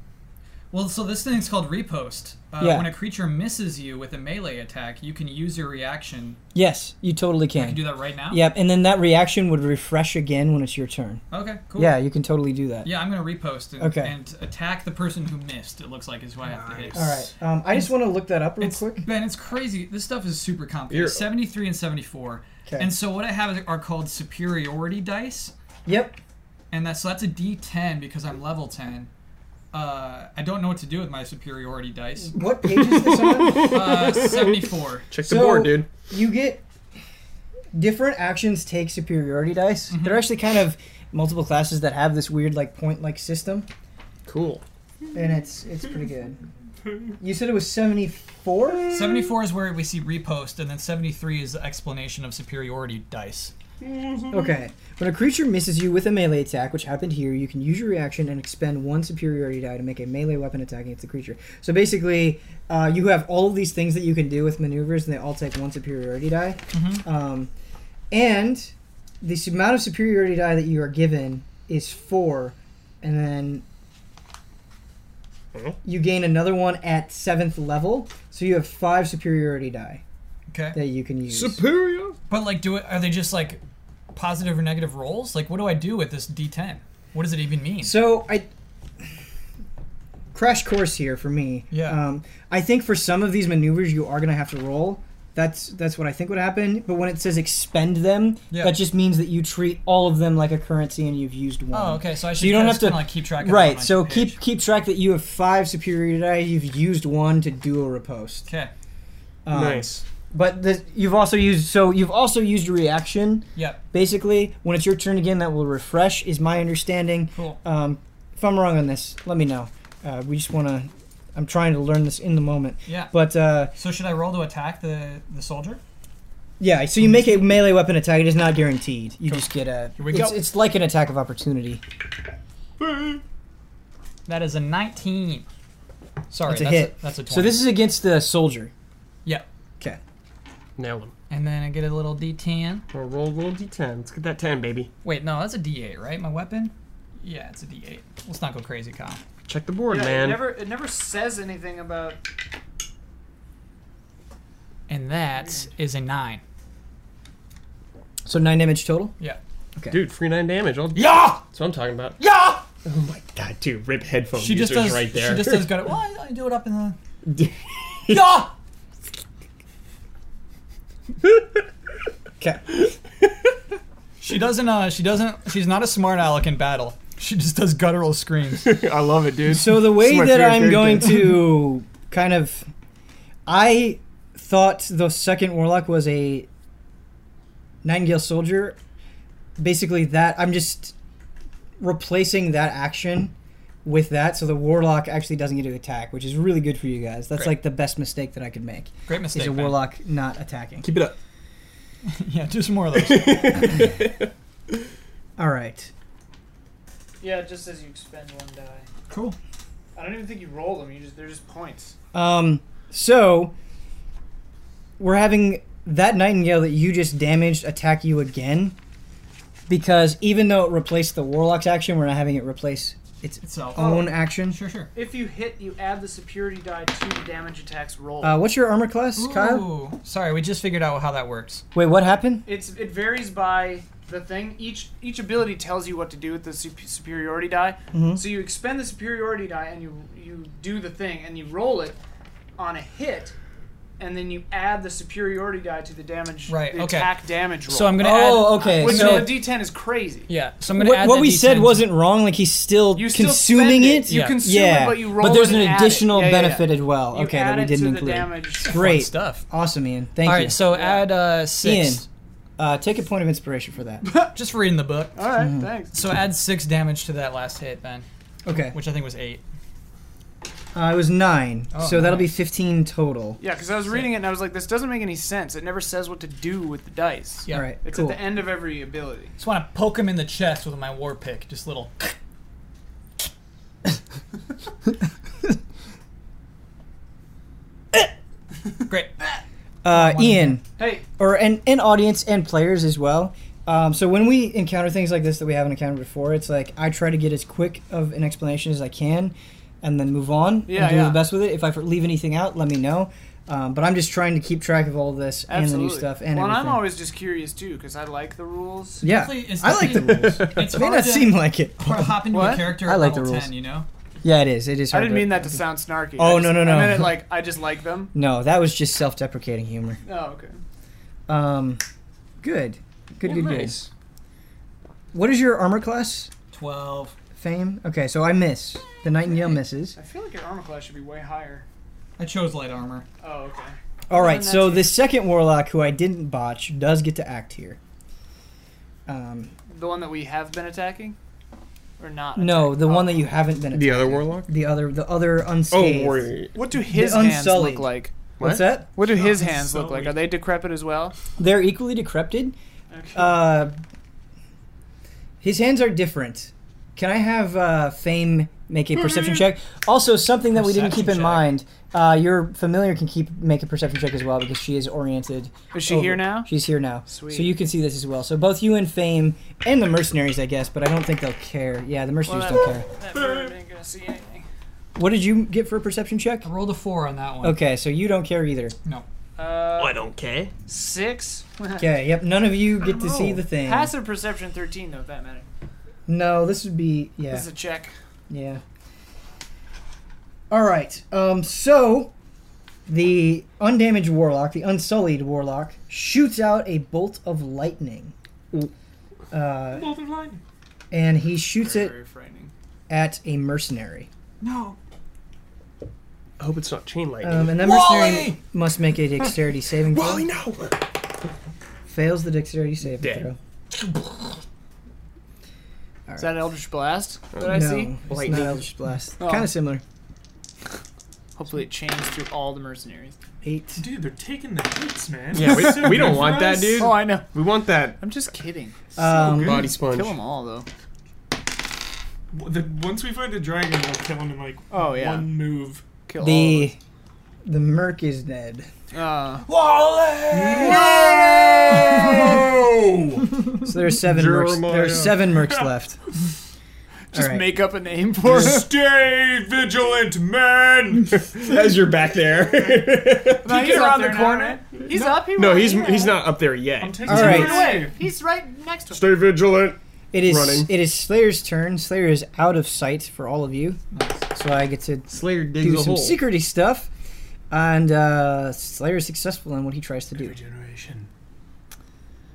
B: Well, so this thing's called repost. Uh,
A: Yeah.
B: When a creature misses you with a melee attack, you can use your reaction.
A: Yes, you totally
B: I can
A: can.
B: do that right now.
A: Yep, and then that reaction would refresh again when it's your turn.
B: Okay. Cool.
A: Yeah, you can totally do that.
B: Yeah, I'm gonna repost and,
A: Okay.
B: and attack the person who missed. It looks like is who I have to hit.
E: Nice.
A: All right. Um, I just want to look that up real
B: It's,
A: quick.
B: Ben, it's crazy. This stuff is super complicated.
C: You're-
B: 73 and 74.
A: Okay.
B: And so what I have are called superiority dice,
A: Yep.
B: and that's so that's a D10 because I'm level 10. Uh, I don't know what to do with my superiority dice.
A: What page is this on?
B: Uh, 74.
C: Check the
A: So-
C: board, dude.
A: You get different actions take superiority dice. They're actually kind of multiple classes that have this weird like point like system,
C: Cool.
A: and it's it's pretty good. You said it was seventy four.
B: 74 is where we see repost, and then 73 is the explanation of superiority dice.
A: Okay. When a creature misses you with a melee attack, which happened here, you can use your reaction and expend one superiority die to make a melee weapon attack against the creature. So basically, uh, you have all of these things that you can do with maneuvers, and they all take one superiority die. Um, and the s- amount of superiority die that you are given is four, and then you gain another one at seventh level. So you have five superiority die
B: Okay.
A: that you can use.
C: Superior.
B: But like, do it? Are they just like positive or negative rolls? Like, what do I do with this D10? What does it even mean?
A: So I crash course here for me.
B: Yeah.
A: Um, I think for some of these maneuvers you are gonna have to roll. That's that's what I think would happen. But when it says expend them,
B: Yeah.
A: that just means that you treat all of them like a currency and you've used one.
B: oh, okay. So I should.
A: you don't
B: I
A: have
B: just
A: to-
B: kinda, like keep track. Of
A: Right. So keep keep track that you have five superior die. You've used one to do a repost.
B: Okay.
A: Um,
C: nice.
A: But the, you've also used so you've also used your reaction.
B: Yep.
A: Basically, when it's your turn again, that will refresh. Is my understanding.
B: Cool.
A: Um, if I'm wrong on this, let me know. Uh, we just want to. I'm trying to learn this in the moment.
B: Yeah.
A: But uh,
B: So should I roll to attack the the soldier?
A: yeah, so you make a melee weapon attack. It is not guaranteed. You just get a.
B: Here we
A: it's,
B: go.
A: it's like an attack of opportunity.
B: That is a 19. Sorry,
A: That's a
B: that's
A: hit.
B: that's a 20.
A: So this is against the soldier.
B: yeah.
A: Okay.
C: Nail him.
B: And then I get a little D10.
C: Roll, roll, roll d10. Let's get that 10, baby.
B: Wait, no, that's a D8, right? My weapon. Yeah, it's a D8. Let's not go crazy, Kyle.
C: Check the board,
D: Yeah,
C: man.
D: It never, it never says anything about.
B: And that is a nine.
A: So nine damage total.
B: Yeah.
C: Dude, free nine damage. I'll...
F: Yeah!
C: That's what I'm talking about.
F: Yeah!
C: Oh my god, dude, rip headphone
B: She just
C: users
B: does.
C: right there.
B: She just does good. Well, I, I do it up in the.
F: Yeah!
A: Okay.
B: She doesn't. Uh, she doesn't. She's not a smart aleck in battle. She just does guttural screams.
D: I love it, dude.
A: So the way
D: This is my
A: that
D: favorite
A: I'm going
D: character.
A: to kind of, I thought the second warlock was a nightingale soldier. Basically, that I'm just replacing that action with that, so the warlock actually doesn't get to attack, which is really good for you guys. That's
B: Great.
A: like the best mistake that I could make
B: Great mistake.
A: is a
B: man.
A: warlock not attacking.
F: Keep it up.
B: Yeah, do some more of those.
A: All right,
D: Yeah, it just says you expend one die.
B: cool.
D: I don't even think you roll them. You just they're just points.
A: um, so we're having that nightingale that you just damaged attack you again because even though it replaced the warlock's action, we're not having it replace its
B: Itself.
A: own action.
B: Sure, sure.
D: If you hit, you add the superiority die to the damage attack's roll.
A: Uh, what's your armor class, Kyle?
B: Ooh, sorry, we just figured out how that works.
A: Wait, what happened?
D: it's it varies by the thing. Each each ability tells you what to do with the sup- superiority die.
A: Mm-hmm.
D: So you expend the superiority die and you you do the thing and you roll it on a hit, and then you add the superiority die to the damage
B: Right,
D: the
B: okay.
D: attack damage roll.
B: So I'm gonna.
A: Oh,
B: add,
A: okay.
D: which
A: so
D: the D10 is crazy.
B: Yeah. So I'm gonna
A: what,
B: add
A: what
B: the
A: we said
B: D10s.
A: wasn't wrong. Like he's still
D: You still
A: consuming
D: spend
A: it.
D: You
B: Yeah.
D: consume
A: yeah,
D: it, but you roll.
A: but there's
D: it
A: an
D: and add it.
A: additional
D: Yeah, yeah, yeah.
A: benefit as well.
D: You
A: okay,
D: add
A: that we
D: it
A: didn't
D: to
A: include.
D: The damage.
B: Great
A: Great
B: stuff.
A: awesome, Ian. Thank
B: All
A: you.
B: right, so add uh, six.
A: uh, take a point of inspiration for that.
B: Just for reading the book.
D: All right,
A: mm-hmm.
D: thanks.
B: So add six damage to that last hit, Ben,
A: Okay,
B: which I think was eight.
A: uh, it was nine,
B: Oh,
A: so that'll be
B: nice.
A: fifteen total.
D: Yeah, because I was reading it and I was like, this doesn't make any sense. It never says what to do with the dice.
B: Yeah.
A: All right,
D: It's
A: cool.
D: at the end of every ability.
B: Just want to poke him in the chest with my war pick. Just little. Great.
A: Uh,
B: One
A: Ian,
D: Hey,
A: or and, and audience and players as well. Um, so when we encounter things like this that we haven't encountered before, it's like I try to get as quick of an explanation as I can. and then move on
D: Yeah,
A: and do
D: yeah.
A: the best with it. If I leave anything out, let me know. Um, but I'm just trying to keep track of all this and
D: Absolutely.
A: the new stuff and
D: well, and
A: everything.
D: I'm always just curious too because I like the rules.
A: yeah,
B: Definitely- it's
A: I like the
B: definitely-
A: rules.
B: It's
A: It may
B: hard
A: not
B: to,
A: seem like it.
B: hard to hop into
D: What?
B: a character
A: I
B: at
A: like the
B: level
A: rules.
B: 10, you know?
A: Yeah, it is. It is.
D: I
A: Hard
D: didn't
A: to-
D: mean that to sound snarky.
A: Oh,
D: I just-
A: no, no, no.
D: I meant it like I just like them.
A: No, that was just self-deprecating humor.
D: Oh, okay.
A: Um, good, good, good,
C: nice.
A: good. What is your armor class?
B: 12.
A: Fame. Okay, so I miss. The Nightingale misses.
D: I feel like your armor class should be way higher.
B: I chose light armor.
D: Oh, okay.
A: All right,
D: And
A: so
D: that's-
A: the second warlock who I didn't botch does get to act here. Um,
D: The one that we have been attacking, or not?
A: no,
D: attacking?
A: the
D: Oh.
A: one that you haven't been.
F: The other
A: attacking.
F: warlock?
A: The other, the other unscathed.
C: Oh, warrior.
D: What do his
A: The
D: hands
A: Unsullied.
D: look like?
A: What's that?
D: What do his
E: Oh,
D: hands look like?
E: Unsullied.
D: Are they decrepit as well?
A: They're equally decrepit.
D: Okay.
A: Uh, his hands are different. Can I have uh, Fame make a
D: Hmm.
A: perception check? Also, something that we didn't keep in
B: Perception
A: mind:
B: check.
A: uh, your familiar can keep make a perception check as well because she is oriented.
D: Is she
A: over-
D: here now?
A: She's here now.
D: Sweet.
A: So you can see this as well. So both you and Fame and the mercenaries, I guess, but I don't think they'll care. Yeah, the mercenaries
D: Well,
A: don't care.
D: That bird ain't gonna see anything.
A: What did you get for a perception check?
B: I rolled a 4 on that one.
A: Okay, so you don't care either.
D: Uh,
C: I don't care.
D: Six.
A: Okay, yep, none of you get to
D: Oh,
A: see the thing.
D: Passive perception thirteen though, if that matters.
A: No, this would be yeah.
D: This is a check.
A: Yeah. All right. Um. So, the undamaged warlock, the unsullied warlock, shoots out a bolt of lightning. Uh,
E: Bolt of lightning.
A: and he shoots
D: very,
A: it
D: very frightening.
A: at a mercenary.
B: No.
C: I hope it's not chain lightning.
A: Um, and that mercenary must make a dexterity saving throw.
C: Wally, no!
A: Fails the dexterity saving
C: Dead.
A: throw.
D: Is that Eldritch Blast that I
A: no,
D: see?
A: it's
C: Lightning.
A: not Eldritch Blast.
D: Oh.
A: Kind of similar.
D: Hopefully it chains through all the mercenaries.
A: Eight.
E: Dude, they're taking the hits, man.
C: Yeah, we-
E: It's so
C: we don't
E: good
C: want
E: for
C: that,
E: us.
C: dude.
D: Oh, I know.
C: We want that
D: I'm just kidding.
A: Um,
E: good.
C: body
D: Kill them
C: sponge.
D: all though.
E: W- The, once we find a dragon, we'll kill him in like
D: Oh yeah.
E: one move.
D: Kill all.
A: the the merc is dead.
D: Of them. Uh,
C: Oh!
A: So there's seven mercs.
C: Jeremiah.
A: There's seven mercs left.
D: just
A: All right.
D: make up a name for it.
E: Stay vigilant, man.
C: As you're back there.
D: No, he's
E: get
D: up
E: around
D: there
E: the
D: now,
E: corner?
D: right? He's up. He
C: no,
D: went-
C: he's
D: he went.
C: he's not up there
E: I'm
C: yet.
E: taking
A: All
E: him
A: right.
E: right away.
D: He's right next to him.
C: Stay vigilant.
A: It is.
C: running.
A: It is Slayer's turn. Slayer is out of sight for all of you, so I get to
C: Slayer digs
A: do some secrety stuff. And uh, Slayer is successful in what he tries to do.
E: Regeneration.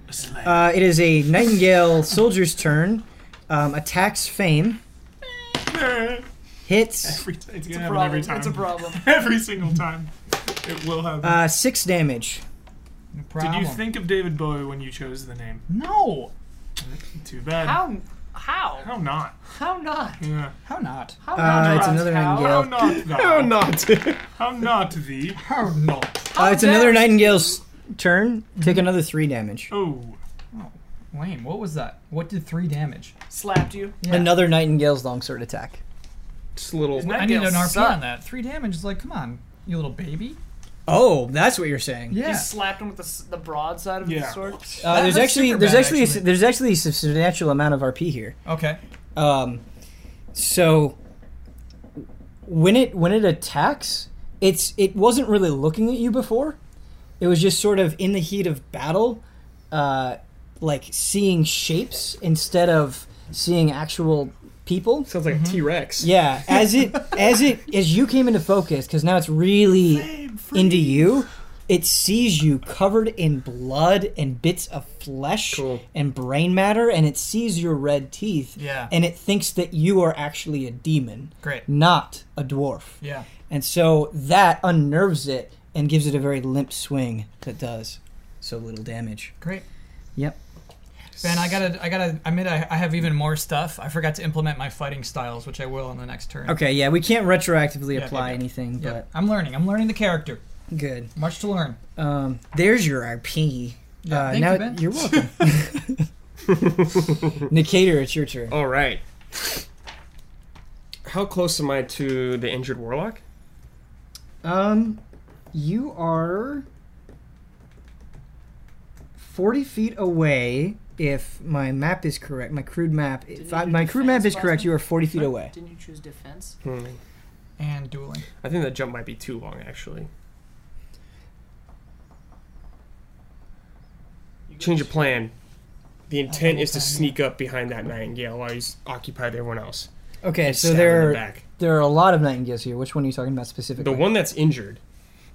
E: A slave.
A: Uh, it is a Nightingale soldier's turn. Um, attacks Fame. Hits
E: every time.
D: It's
E: It's gonna
D: a
E: happen
D: problem.
E: every time.
D: It's a problem.
E: every single time. It will happen.
A: uh, six damage.
B: No
E: Did
B: problem.
E: you think of David Bowie when you chose the name?
B: No.
E: Too bad.
D: How? How?
E: How not?
D: How not?
E: Yeah.
B: How not?
D: How
A: Uh,
D: not?
A: it's
D: Ross?
A: another
D: How?
E: How
A: Nightingale.
E: not
C: Oh,
E: thou?
C: not.
E: How not thee?
B: How not?
A: Uh, it's another Nightingale's turn.
B: Mm-hmm.
A: Take another three damage.
E: Oh.
B: Lame. What was that? What did three damage?
D: Slapped you.
B: Yeah.
A: Another Nightingale's longsword attack.
C: Just a little.
B: I need an RP
D: Suck.
B: on that. Three damage is like, come on, you little baby.
A: Oh, that's what you're saying.
D: You
B: Yeah.
D: slapped him with the, s- the broadside of
E: Yeah.
D: the sword.
A: Uh,
B: That
A: there's
B: looks
A: actually
B: super
A: there's
B: bad,
A: actually, a
B: actually.
A: s there's actually a substantial amount of RP here.
B: Okay.
A: Um, so when it when it attacks, it's it wasn't really looking at you before. It was just sort of in the heat of battle, uh, like seeing shapes instead of seeing actual people.
C: Sounds like a T Rex.
A: Mm-hmm. Yeah, as it as it as you came into focus, because now it's really into you. It sees you covered in blood and bits of flesh
C: Cool.
A: and brain matter, and it sees your red teeth.
B: Yeah.
A: and it thinks that you are actually a demon,
B: Great.
A: not a dwarf.
B: Yeah.
A: And so that unnerves it and gives it a very limp swing that does so little damage.
B: Great.
A: Yep.
B: Ben, I gotta, I gotta admit, I, I have even more stuff. I forgot to implement my fighting styles, which I will on the next turn.
A: Okay, yeah, we can't retroactively
B: Yeah,
A: apply
B: yeah, yeah.
A: anything,
B: Yeah. I'm learning. I'm learning the character.
A: but good.
B: Much to learn.
A: Um, there's your RP. uh,
B: thank
A: now
B: you, Ben.
A: are welcome. Nikator, it's your turn.
C: All right. How close am I to the injured warlock?
A: Um, you are forty feet away. If my map is correct, my crude map. If
D: you
A: I,
D: do
A: my crude map
D: defense
A: is correct,
D: last
A: you are forty feet away.
C: Hmm.
D: Didn't you choose defense?
B: and dueling.
C: I think that jump might be too long, actually. Change of plan. The intent is to sneak up behind that nightingale while he's occupied everyone else.
A: Okay, so
C: stab him in
A: there
C: the
A: are,
C: back.
A: there are a lot of nightingales here. Which one are you talking about
C: The
A: specifically?
C: one that's injured.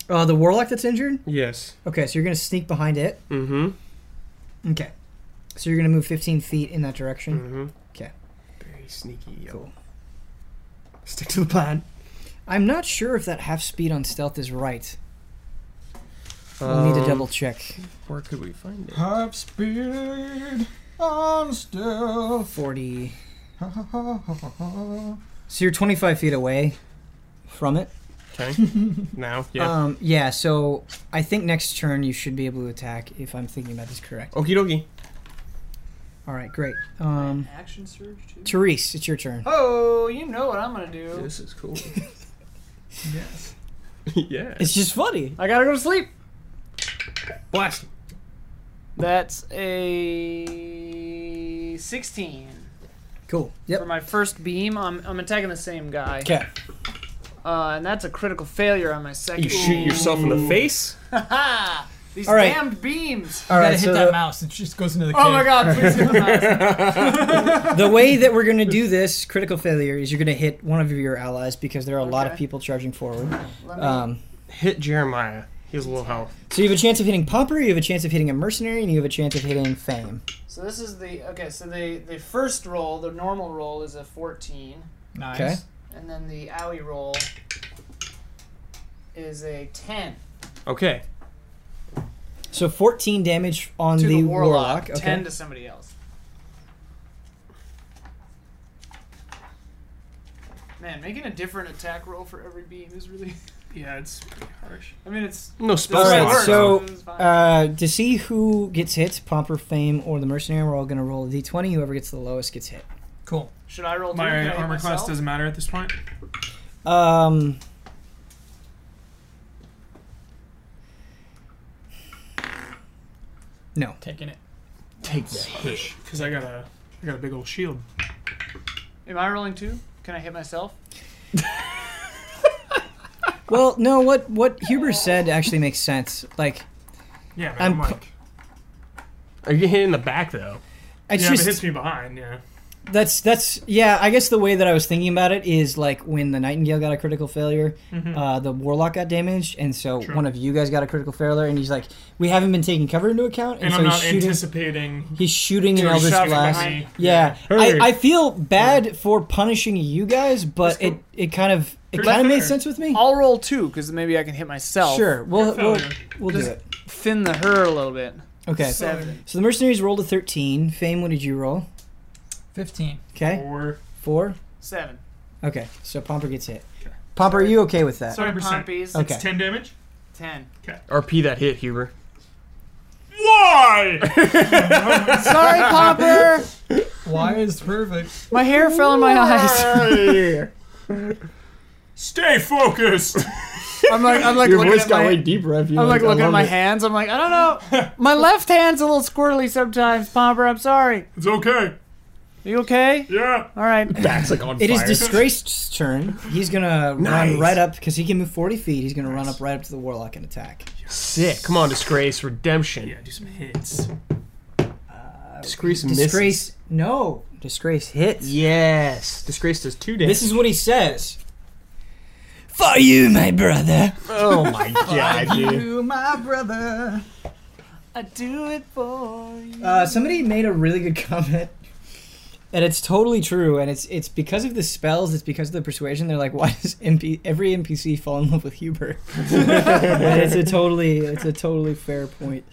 A: uh, the warlock that's injured?
C: Yes.
A: Okay, so you're going to sneak behind it.
C: Mm-hmm.
A: Okay. So you're going to move 15 feet in that direction.
C: Mm-hmm.
A: 'Kay.
C: Very sneaky. uh,
A: Cool.
C: Stick to the plan.
A: I'm not sure if that half speed on stealth is right. We'll need to
C: Um,
A: double check.
C: Where could we find it?
B: Half speed on stealth.
A: 40. So you're 25 feet away from it.
C: Okay. now. Yeah.
A: Um, yeah, so I think next turn you should be able to attack if I'm thinking about this correct.
C: Okie dokie.
A: All right, great. Um,
D: Action surge too.
A: Therese, it's your turn.
D: Oh, you know what I'm gonna do.
C: This is cool.
B: Yes.
C: yeah.
A: It's just funny.
D: I gotta go to sleep.
C: Blast.
D: That's a 16
A: Cool.
D: for
A: Yep.
D: my first beam. I'm, I'm attacking the same guy,
A: Okay.
D: uh, and that's a critical failure on my second.
C: You shoot
D: beam.
C: yourself in the face.
D: Ha! These
A: All right.
D: damned beams.
A: All
B: Gotta
A: right.
B: hit
A: So
B: that
A: the,
B: mouse. It just goes into the cave.
D: Oh my god! Please hit the mouse.
A: the way that we're gonna do this critical failure is you're gonna hit one of your allies because there are a lot of
D: Okay.
A: people charging forward.
D: Let me-
A: Um,
C: Hit Jeremiah. He has a little health.
A: so you have a chance of hitting Popper, you have a chance of hitting a mercenary, and you have a chance of hitting Fame.
D: so this is the okay. So the the first roll, the normal roll, is a 14,
B: Nice.
A: Okay.
D: and then the owie roll is a 10
C: Okay.
A: So 14 damage on
D: to
A: the,
D: the warlock,
A: Okay.
D: 10 to somebody else. Man, making a different attack roll for every beam is really.
E: Yeah, it's pretty harsh.
D: I mean, it's
C: No spell
A: All right,
C: slots,
A: so-
C: though.
D: This is fine.
A: Uh, to see who gets hit, Pomper, Fame, or the Mercenary, we're all going to roll a d20. Whoever gets the lowest gets hit.
B: Cool.
D: Should I roll?
E: My
D: two? Can I hit
E: armor class
D: myself?
E: doesn't matter at this point.
A: Um,
B: Taking it.
C: Take that hit.
E: Because I got a, I got a big old shield.
D: Am I rolling two? Can I hit myself?
A: well, no, what, what Huber said actually makes sense. Like,
E: Yeah, but
A: I'm
E: I'm, like,
C: Are you hitting the back though?
A: it's
E: yeah, if it
A: just.
E: hits me behind. Yeah.
A: That's that's yeah. I guess the way that I was thinking about it is like when the Nightingale got a critical failure,
E: Mm-hmm.
A: uh, the Warlock got damaged, and so one of you guys got a critical failure, and he's like, "We haven't been taking cover into account,"
E: And
A: so
E: I'm
A: he's
E: not
A: shooting.
E: anticipating.
A: he's shooting an
E: Dude,
A: Elder's
E: shot from
A: Blast.
E: behind.
A: Yeah,
C: Hurry.
A: I, I feel bad for punishing you guys, but it, it kind of it
E: Pretty
A: kind of made
E: fair.
A: sense with me.
D: I'll roll two because maybe I can hit myself.
A: Sure, we'll we'll,
E: failure.
A: we'll do
D: Just-
A: it.
D: Thin the her a little bit.
A: Okay, so
D: Seven.
A: the mercenaries rolled a thirteen. Fame, what did you roll?
B: Fifteen.
A: Okay,
E: Or
A: four.
D: Seven.
A: Okay, so Pomper gets hit. Pomper, are you okay with that?
D: Sorry,
E: 100%.
D: Pompies.
A: Okay.
E: it's ten damage.
D: Ten.
C: RP that hit, Huber.
E: Why?
D: Sorry, Popper.
B: Why is perfect?
D: My hair fell in my eyes.
E: Stay focused.
D: I'm like, I'm like
C: Your
D: looking
C: voice
D: at
C: got
D: my,
C: way deeper. I feel
D: I'm like
C: I
D: looking at
C: love
D: my
C: it.
D: hands. I'm like, I don't know. My left hand's a little squirrely sometimes, Pomper. I'm sorry.
E: It's okay.
D: You okay?
E: Yeah.
D: All right.
C: Back's like on
A: It
C: fire.
A: is Disgraced's turn. He's gonna
C: Nice.
A: run right up because he can move forty feet. He's gonna run up right up to the warlock and attack.
C: sick. Come on, disgrace, redemption.
E: Yeah, do some hits.
C: Disgrace, misses.
A: Disgrace, no, disgrace hits.
C: Yes, disgrace does two damage.
A: This is what he says. For you, my brother.
C: oh my god, dude.
B: You, my brother.
D: I do it for you.
A: Uh, somebody made a really good comment, and it's totally true. And it's it's because of the spells. It's because of the persuasion. They're like, why does MP, every NPC fall in love with Huber? and it's a totally it's a totally fair point.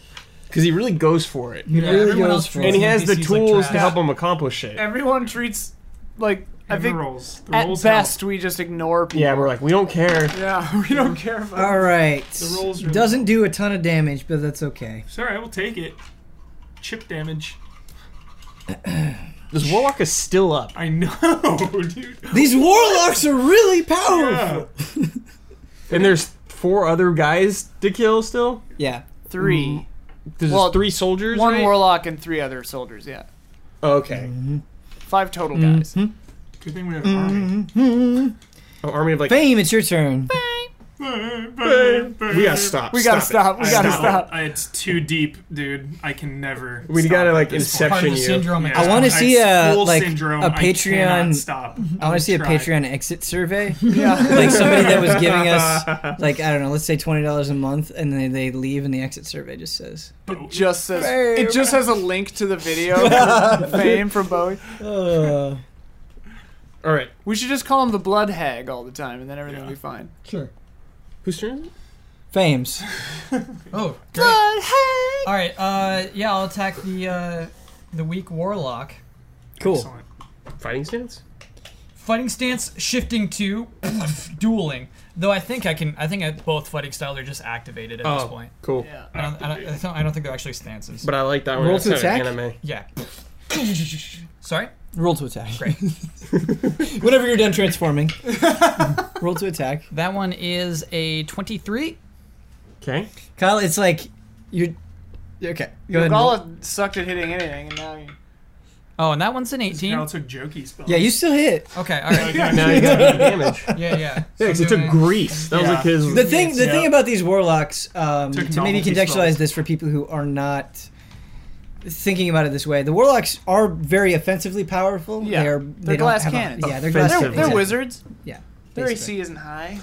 C: Because he really goes for it,
A: He
B: Yeah,
A: really
B: everyone
A: goes
B: else
A: for it.
B: treats
C: and he has the
B: NPCs like
C: tools
B: trash.
C: to help him accomplish it.
D: Everyone treats like I
E: And the
D: think
E: rolls. The
D: at
E: rolls
D: best we just ignore people.
C: Yeah, we're like, Mm-hmm. we don't care.
D: Yeah, we don't care about.
A: All right.
E: The rolls are-
A: Doesn't do a ton of damage, but that's okay.
E: help. Sorry, I will take it. Chip damage.
C: This warlock is still up.
E: I know, dude.
A: These warlocks are really powerful.
C: And there's four other guys to kill still.
A: Yeah.
D: Three,
C: Mm-hmm. There's
D: Well,
C: three soldiers.
D: one
C: right? Oh,
D: warlock and three other soldiers. Yeah,
C: Okay.
D: five total guys.
C: Mm-hmm.
E: Good thing we have army.
A: Hmm.
C: Oh, army of like.
A: Fame, it's your turn.
E: We
F: We gotta stop.
D: We gotta stop.
F: it.
D: We gotta stop.
E: Uh, It's too deep, dude. I can never.
C: We
E: stop
C: gotta
E: at
C: like
E: this
B: Part
C: inception
B: of the
C: you.
B: syndrome.
E: point.
B: at
E: Yeah,
B: this
A: I wanna
E: it's
A: see a-
E: full
A: like,
E: syndrome.
A: a
E: I cannot
A: Patreon-
E: Stop.
A: I want to see a
E: tried.
A: Patreon exit survey.
D: Yeah.
A: like somebody that was giving us, like, I don't know, let's say $20 a month, and then they leave, and the exit survey just says,
E: Oh,
D: It just says it just has a link to the video for fame from Bowie.
A: oh.
C: All right,
D: We should just call him the blood hag all the time, and then everything will be fine.
A: Sure.
C: whose turn? Is it?
A: Fames.
B: Oh, great. All right. Uh, yeah, I'll attack the uh, the weak warlock.
A: Cool.
E: Excellent.
C: Fighting stance.
B: Fighting stance shifting to dueling. Though I think I can. I think I, both fighting styles are just activated at this point.
C: cool.
D: Yeah.
B: I don't, I, don't, I don't- I don't think they're actually stances.
C: But I like that one.
A: Roll
C: That's
A: to
C: kind of
A: attack?
C: Anime.
B: yeah. Sorry.
A: Roll to attack.
B: Great.
A: Whenever you're done transforming, roll to attack.
B: That one is a twenty-three.
C: Okay.
A: Kyle, it's like you're. Okay, go ahead. and roll.
D: Gala sucked at hitting anything, and now you.
B: Oh, and that one's an
E: It
B: eighteen.
E: also jokey spells.
A: Yeah, you still hit.
B: Okay. All right.
E: Okay.
C: Now you got any damage. Yeah,
B: Yeah. Yeah. So
C: 'cause it
B: doing-
C: took grease. That was
E: Yeah.
C: like his.
A: The thing, the
E: Yeah.
A: thing about these warlocks, um,
E: Took
A: to maybe
E: novelty
A: contextualize
E: spells.
A: this for people who are not thinking about it this way, the warlocks are very offensively powerful.
D: Yeah.
A: They are,
D: They're
A: they don't
D: glass
A: have a-
D: cannons.
A: yeah, they're glass
D: They're,
C: Offensive.
A: cannons. exactly.
D: they're wizards.
A: Yeah,
D: Their
A: basically.
D: AC isn't high.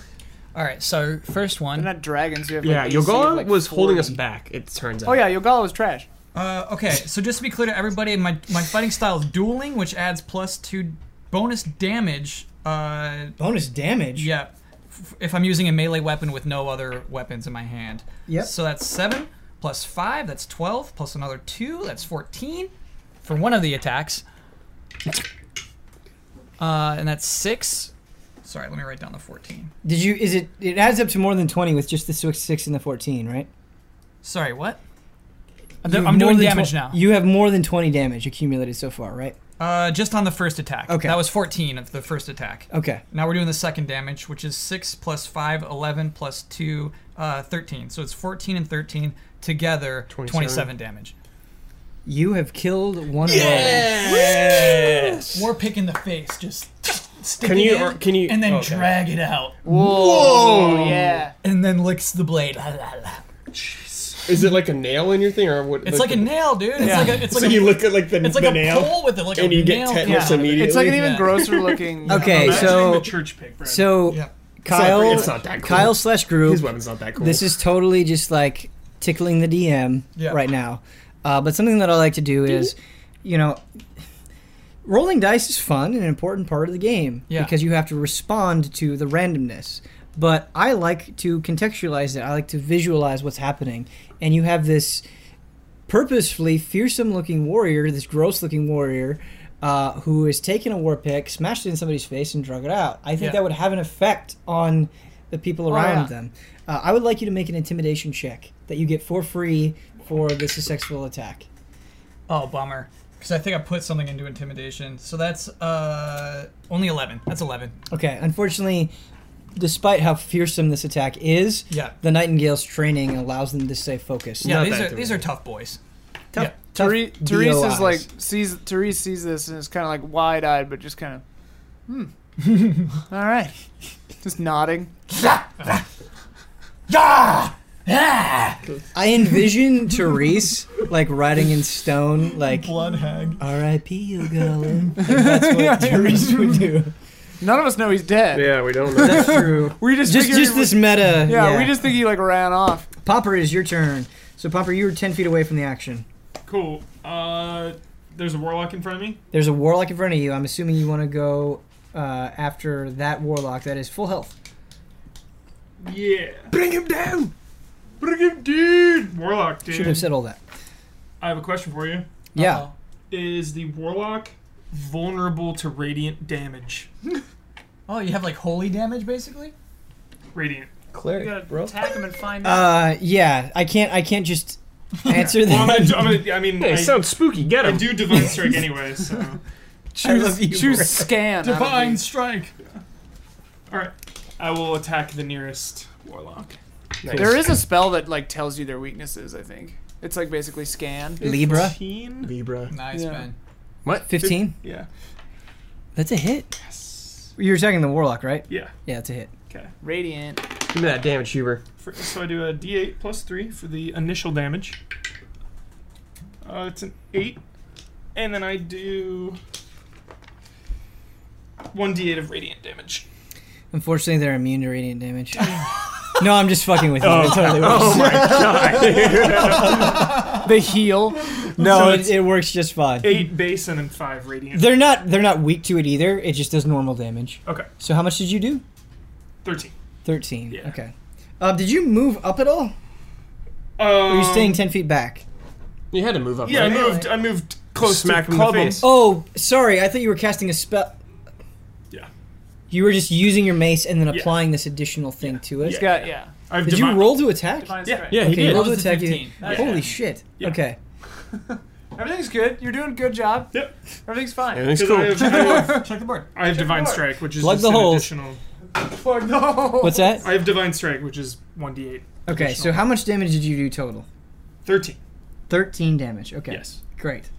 B: All right. So first
D: They're
B: one.
D: not dragons. Who have
C: Yeah,
D: like AC of,
C: Yogala
D: like,
C: was holding
D: 40.
C: us back. It turns out.
D: Oh yeah, Yogala was trash.
B: Uh, okay, so just to be clear to everybody, my, my fighting style is dueling, which adds plus two bonus damage. Uh,
A: Bonus damage.
B: yeah, f- if I'm using a melee weapon with no other weapons in my hand.
A: Yep.
B: So that's seven plus five, that's twelve plus another two, that's fourteen for one of the attacks. Uh, and that's six. Sorry, let me write down the fourteen.
A: Did you? Is it? It adds up to more than twenty with just the six, six and the fourteen, right?
B: Sorry, what? I'm,
A: You have
B: I'm
A: more
B: doing
A: than
B: damage
A: tw-
B: now.
A: You have more than twenty damage accumulated so far, right?
B: Uh, just on the first attack.
A: Okay.
B: That was fourteen of the first attack.
A: Okay.
B: Now we're doing the second damage, which is 6 plus 5, 11 plus 2, uh, 13. So it's 14 and 13 together, 27,
C: 27
B: damage.
A: You have killed one warlock.
C: Yes.
B: War pick in the face, just stick
C: Can
B: it
C: you?
B: in,
C: Or, can you?
B: and then
C: okay.
B: drag it out,
D: Whoa. Oh, Yeah.
B: and then licks the blade.
C: Is it like a nail in your thing or what?
B: It's like a nail, dude. It's like a, it's
C: So
B: like
C: you
B: a,
C: look at like the,
B: it's like
C: the
B: a
C: nail
B: pole with it, like
C: and
B: a
C: you get
B: nail.
C: tetanus
B: yeah.
C: immediately.
D: It's like an even
B: Yeah.
D: grosser looking.
A: Okay,
E: Imagine
A: so-
E: the church pick, Brad.
A: So
B: Yeah.
A: Kyle,
C: it's not that cool.
A: Kyle slash group.
C: His weapon's not that cool.
A: This is totally just like tickling the DM
B: Yeah.
A: right now. Uh, but something that I like to do is, you know, rolling dice is fun and an important part of the game
B: Yeah.
A: because you have to respond to the randomness. But I like to contextualize it. I like to visualize what's happening, and you have this purposefully fearsome-looking warrior, this gross-looking warrior. Uh, who has taken a war pick, smashed it in somebody's face, and drug it out? I think
B: Yeah. Oh,
A: that would have an effect on the people around
D: yeah.
A: them. Uh, I would like you to make an intimidation check that you get for free for this successful attack.
B: Oh, bummer. Because I think I put something into intimidation. So that's uh, only 11. That's 11.
A: Okay, unfortunately, despite how fearsome this attack is,
B: Yeah.
A: the Nightingale's training allows them to stay focused.
B: Yeah,
C: Not
B: these
C: that
B: are, these are tough boys.
A: Tough-
B: yeah.
A: tough
D: Therese Therese
A: DOIs.
D: is like sees Therese sees this and is kind of like wide eyed, but just kind of hmm. All right, just nodding.
A: I envision Therese like writing in stone, like
B: Blood hag.
A: R.I.P. Ogala. Like, that's what Therese would do.
D: None of us know he's dead.
C: yeah, we don't know.
A: That's true.
D: We just
A: Just,
D: figured
A: just
D: he-
A: this meta.
D: Yeah, we just think he like ran off.
A: Popper is your turn. So Popper, you were ten feet away from the action.
E: cool. Uh, there's a warlock in front of me.
A: There's a warlock in front of you. I'm assuming you want to go uh, after that warlock that is full health.
E: Yeah.
C: Bring him down.
E: Bring him, dude. Warlock,
A: Should have
E: dude.
A: said all that.
E: I have a question for you.
A: Yeah.
B: Uh-oh.
E: Is the warlock vulnerable to radiant damage?
B: Oh, you have like holy damage basically?
E: Radiant. You
C: Cleric,
E: gotta
C: bro.
E: attack him and find out.
A: Uh, yeah. I can't. I can't just answer
E: well, I'm
A: that.
E: gonna, I'm gonna, I mean,
C: Hey,
E: I,
C: sounds spooky. Get
E: I
C: him.
E: do divine strike anyway, so.
D: Choose,
A: you,
D: choose scan. out of these.
B: strike.
E: All right, I will attack the nearest warlock.
C: Nice.
D: There is a spell that like tells you their weaknesses. I think it's like basically scan.
A: Libra.
E: 15?
C: Libra.
B: Nice,
D: Yeah.
B: Ben.
C: What?
A: Fifteen.
E: Yeah.
A: That's a hit.
E: Yes.
A: You're attacking the warlock, right?
E: Yeah.
A: Yeah, it's a hit.
E: Okay.
D: Radiant.
C: Give me that damage, Huber.
E: For, so I do a D8 plus three for the initial damage. Uh, it's an eight, and then I do one D8 of radiant damage.
A: Unfortunately, they're immune to radiant damage. no, I'm just fucking with you.
E: Oh.
A: It totally works.
D: The heal.
A: No,
E: So
A: it,
E: it's-
A: it works just fine.
E: Eight base and then five radiant.
A: They're not they're not weak to it either. It just does normal damage.
E: okay,
A: So how much did you do?
E: thirteen.
A: Thirteen.
E: Yeah.
A: Okay. Uh, did you move up at all? Or
E: Um,
A: are you staying ten feet back?
F: You had to move up.
E: Yeah, I
F: right?
E: moved. I moved close
C: Smack him
E: to
C: in the
E: club him.
C: face.
A: Oh, sorry. I thought you were casting a spell.
E: Yeah.
A: You were just using your mace and then
E: Yeah.
A: applying this additional thing to it.
E: Yeah.
D: Got yeah.
E: I've
A: Did
E: divi-
A: you roll to attack?
E: Yeah,
F: Yeah, he
A: Okay,
F: did.
A: roll to
B: That was a
A: attack.
B: 15.
A: You- Holy shit.
E: Yeah.
A: Okay.
D: Everything's good. You're doing a good job.
E: Yep.
D: Everything's fine.
C: Everything's
E: Because
C: cool.
E: I have, I have-
B: Check the board.
E: I have divine strike, which is
A: Plug
E: just
A: the
E: an
A: holes.
E: additional.
D: Fuck no.
A: What's that?
E: I have divine strike, which is one D8.
A: Okay, so how much damage did you do total?
E: Thirteen.
A: 13 damage. Okay.
E: Yes.
A: Great.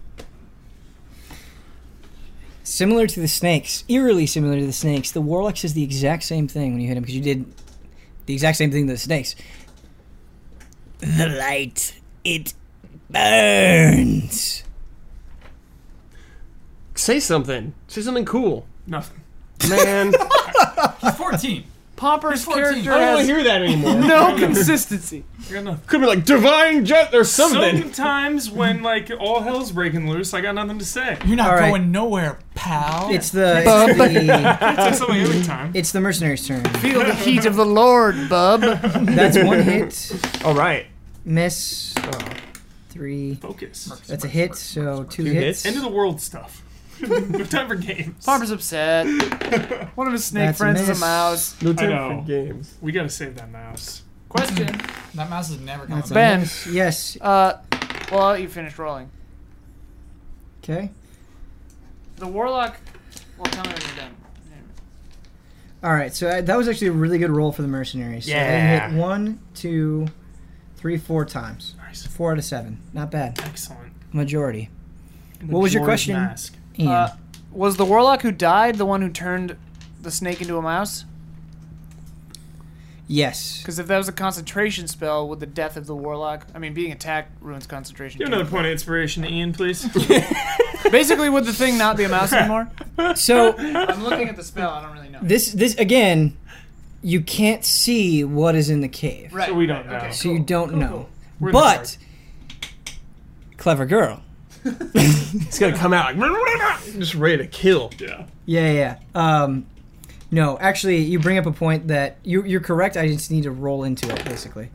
A: Similar to the snakes, eerily similar to the snakes, the warlock says the exact same thing when you hit him because you did the exact same thing to the snakes. The light, it burns.
C: Say something. Say something cool.
E: Nothing.
C: Man, I
B: He's 14.
D: Pomper's
B: 14.
D: character
B: I
C: don't want to hear
D: has
C: that anymore.
D: no consistency.
E: I got nothing.
C: Could be like divine jet or something.
E: Sometimes when like all hell's breaking loose, I got nothing to say.
B: You're not
A: All right.
B: going nowhere, pal.
A: It's the it's the,
E: It's like something every time.
A: it's the mercenary's turn.
D: Feel the heat of the Lord, bub.
A: That's one hit,
C: All right.
A: miss, oh, three.
E: Focus.
A: That's a hit, so two,
C: hits.
A: hits.
E: End of the world stuff. no time for games.
D: Pomper's upset. One of his snake
A: That's a
D: friends is
A: miss.
D: a mouse.
C: No
E: know.
C: time for games.
E: We gotta save that mouse.
D: Question.
B: that mouse is never coming
A: That's a
B: back.
D: Ben.
A: miss. Yes.
D: Uh, well, you finished rolling.
A: Okay.
D: The warlock. Well, tell me when you're done.
A: All right, so I, that was actually a really good roll for the mercenaries. So
C: Yeah.
A: They hit one, two, three, four times.
E: Nice.
A: Four out of seven. Not bad.
E: Excellent.
A: Majority. What was your
E: Majora's
A: question?
E: Mask.
A: Ian.
D: Uh, was the warlock who died the one who turned the snake into a mouse?
A: yes.
D: Because if that was a concentration spell, would the death of the warlock, I mean, being attacked ruins concentration.
E: Give
D: too.
E: another point of inspiration to Ian, please.
D: Basically, would the thing not be a mouse anymore?
A: So
D: I'm looking at the spell. I don't really know.
A: this this again, you can't see what is in the cave,
D: Right.
E: So we don't know.
A: so you don't know.
E: We're in the dark.
A: But clever girl.
C: It's gonna come out like just ready to kill.
E: yeah.
A: Yeah, yeah. yeah. Um, no, actually, you bring up a point that you, you're correct. I just need to roll into it, basically.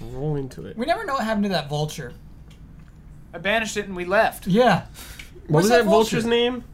C: Roll into it.
B: We never know what happened to that vulture.
D: I banished it and we left.
B: Yeah.
C: What was
B: that
C: that vulture's
B: vulture?
C: name?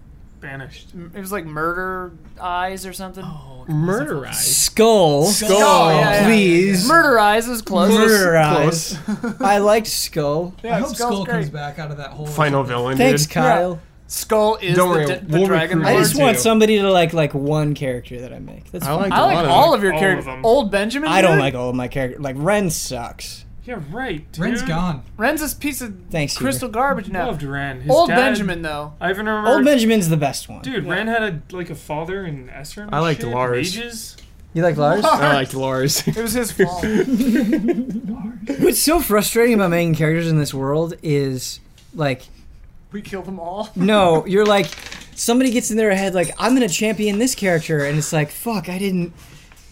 E: Banished.
D: It was like murder eyes or something.
C: Oh. Murder Eyes.
A: Skull.
D: Oh, yeah, yeah, yeah.
A: Please.
D: Murder eyes is close.
A: Murder eyes.
C: Close.
A: I liked Skull.
D: Yeah,
B: I hope
D: skull's
B: Skull
D: great.
B: comes back out of that hole.
C: Final villain.
A: Thanks,
C: dude.
A: Kyle.
D: Skull is
C: Don't
D: the,
C: worry,
D: d- the
C: we'll
D: dragon.
C: recruit
A: I
D: lord.
C: Or
A: just want
C: two.
A: somebody to like like one character that I make. That's
C: I
A: fine.
C: like
D: I like all of your
E: All
D: characters.
E: of 'em.
D: Old Benjamin.
A: I don't
D: dude?
A: like all of my characters. Like Ren sucks.
E: Yeah, right. Dude.
B: Ren's gone.
D: Ren's this piece of
A: Thanks, Hubert.
D: crystal garbage now.
E: Loved Ren. His
D: Old
E: dad-
D: Benjamin though.
E: I even remember.
A: Old Benjamin's the best one.
E: Dude, Ren had a like a father in Esser. and
C: I liked
E: shit,
C: Lars.
E: Mages.
A: You like Lars?
C: I liked Lars.
D: It was his fault.
A: What's so frustrating about making characters in this world is like
D: we killed them all.
A: no, you're like somebody gets in their head like I'm gonna champion this character, and it's like fuck, I didn't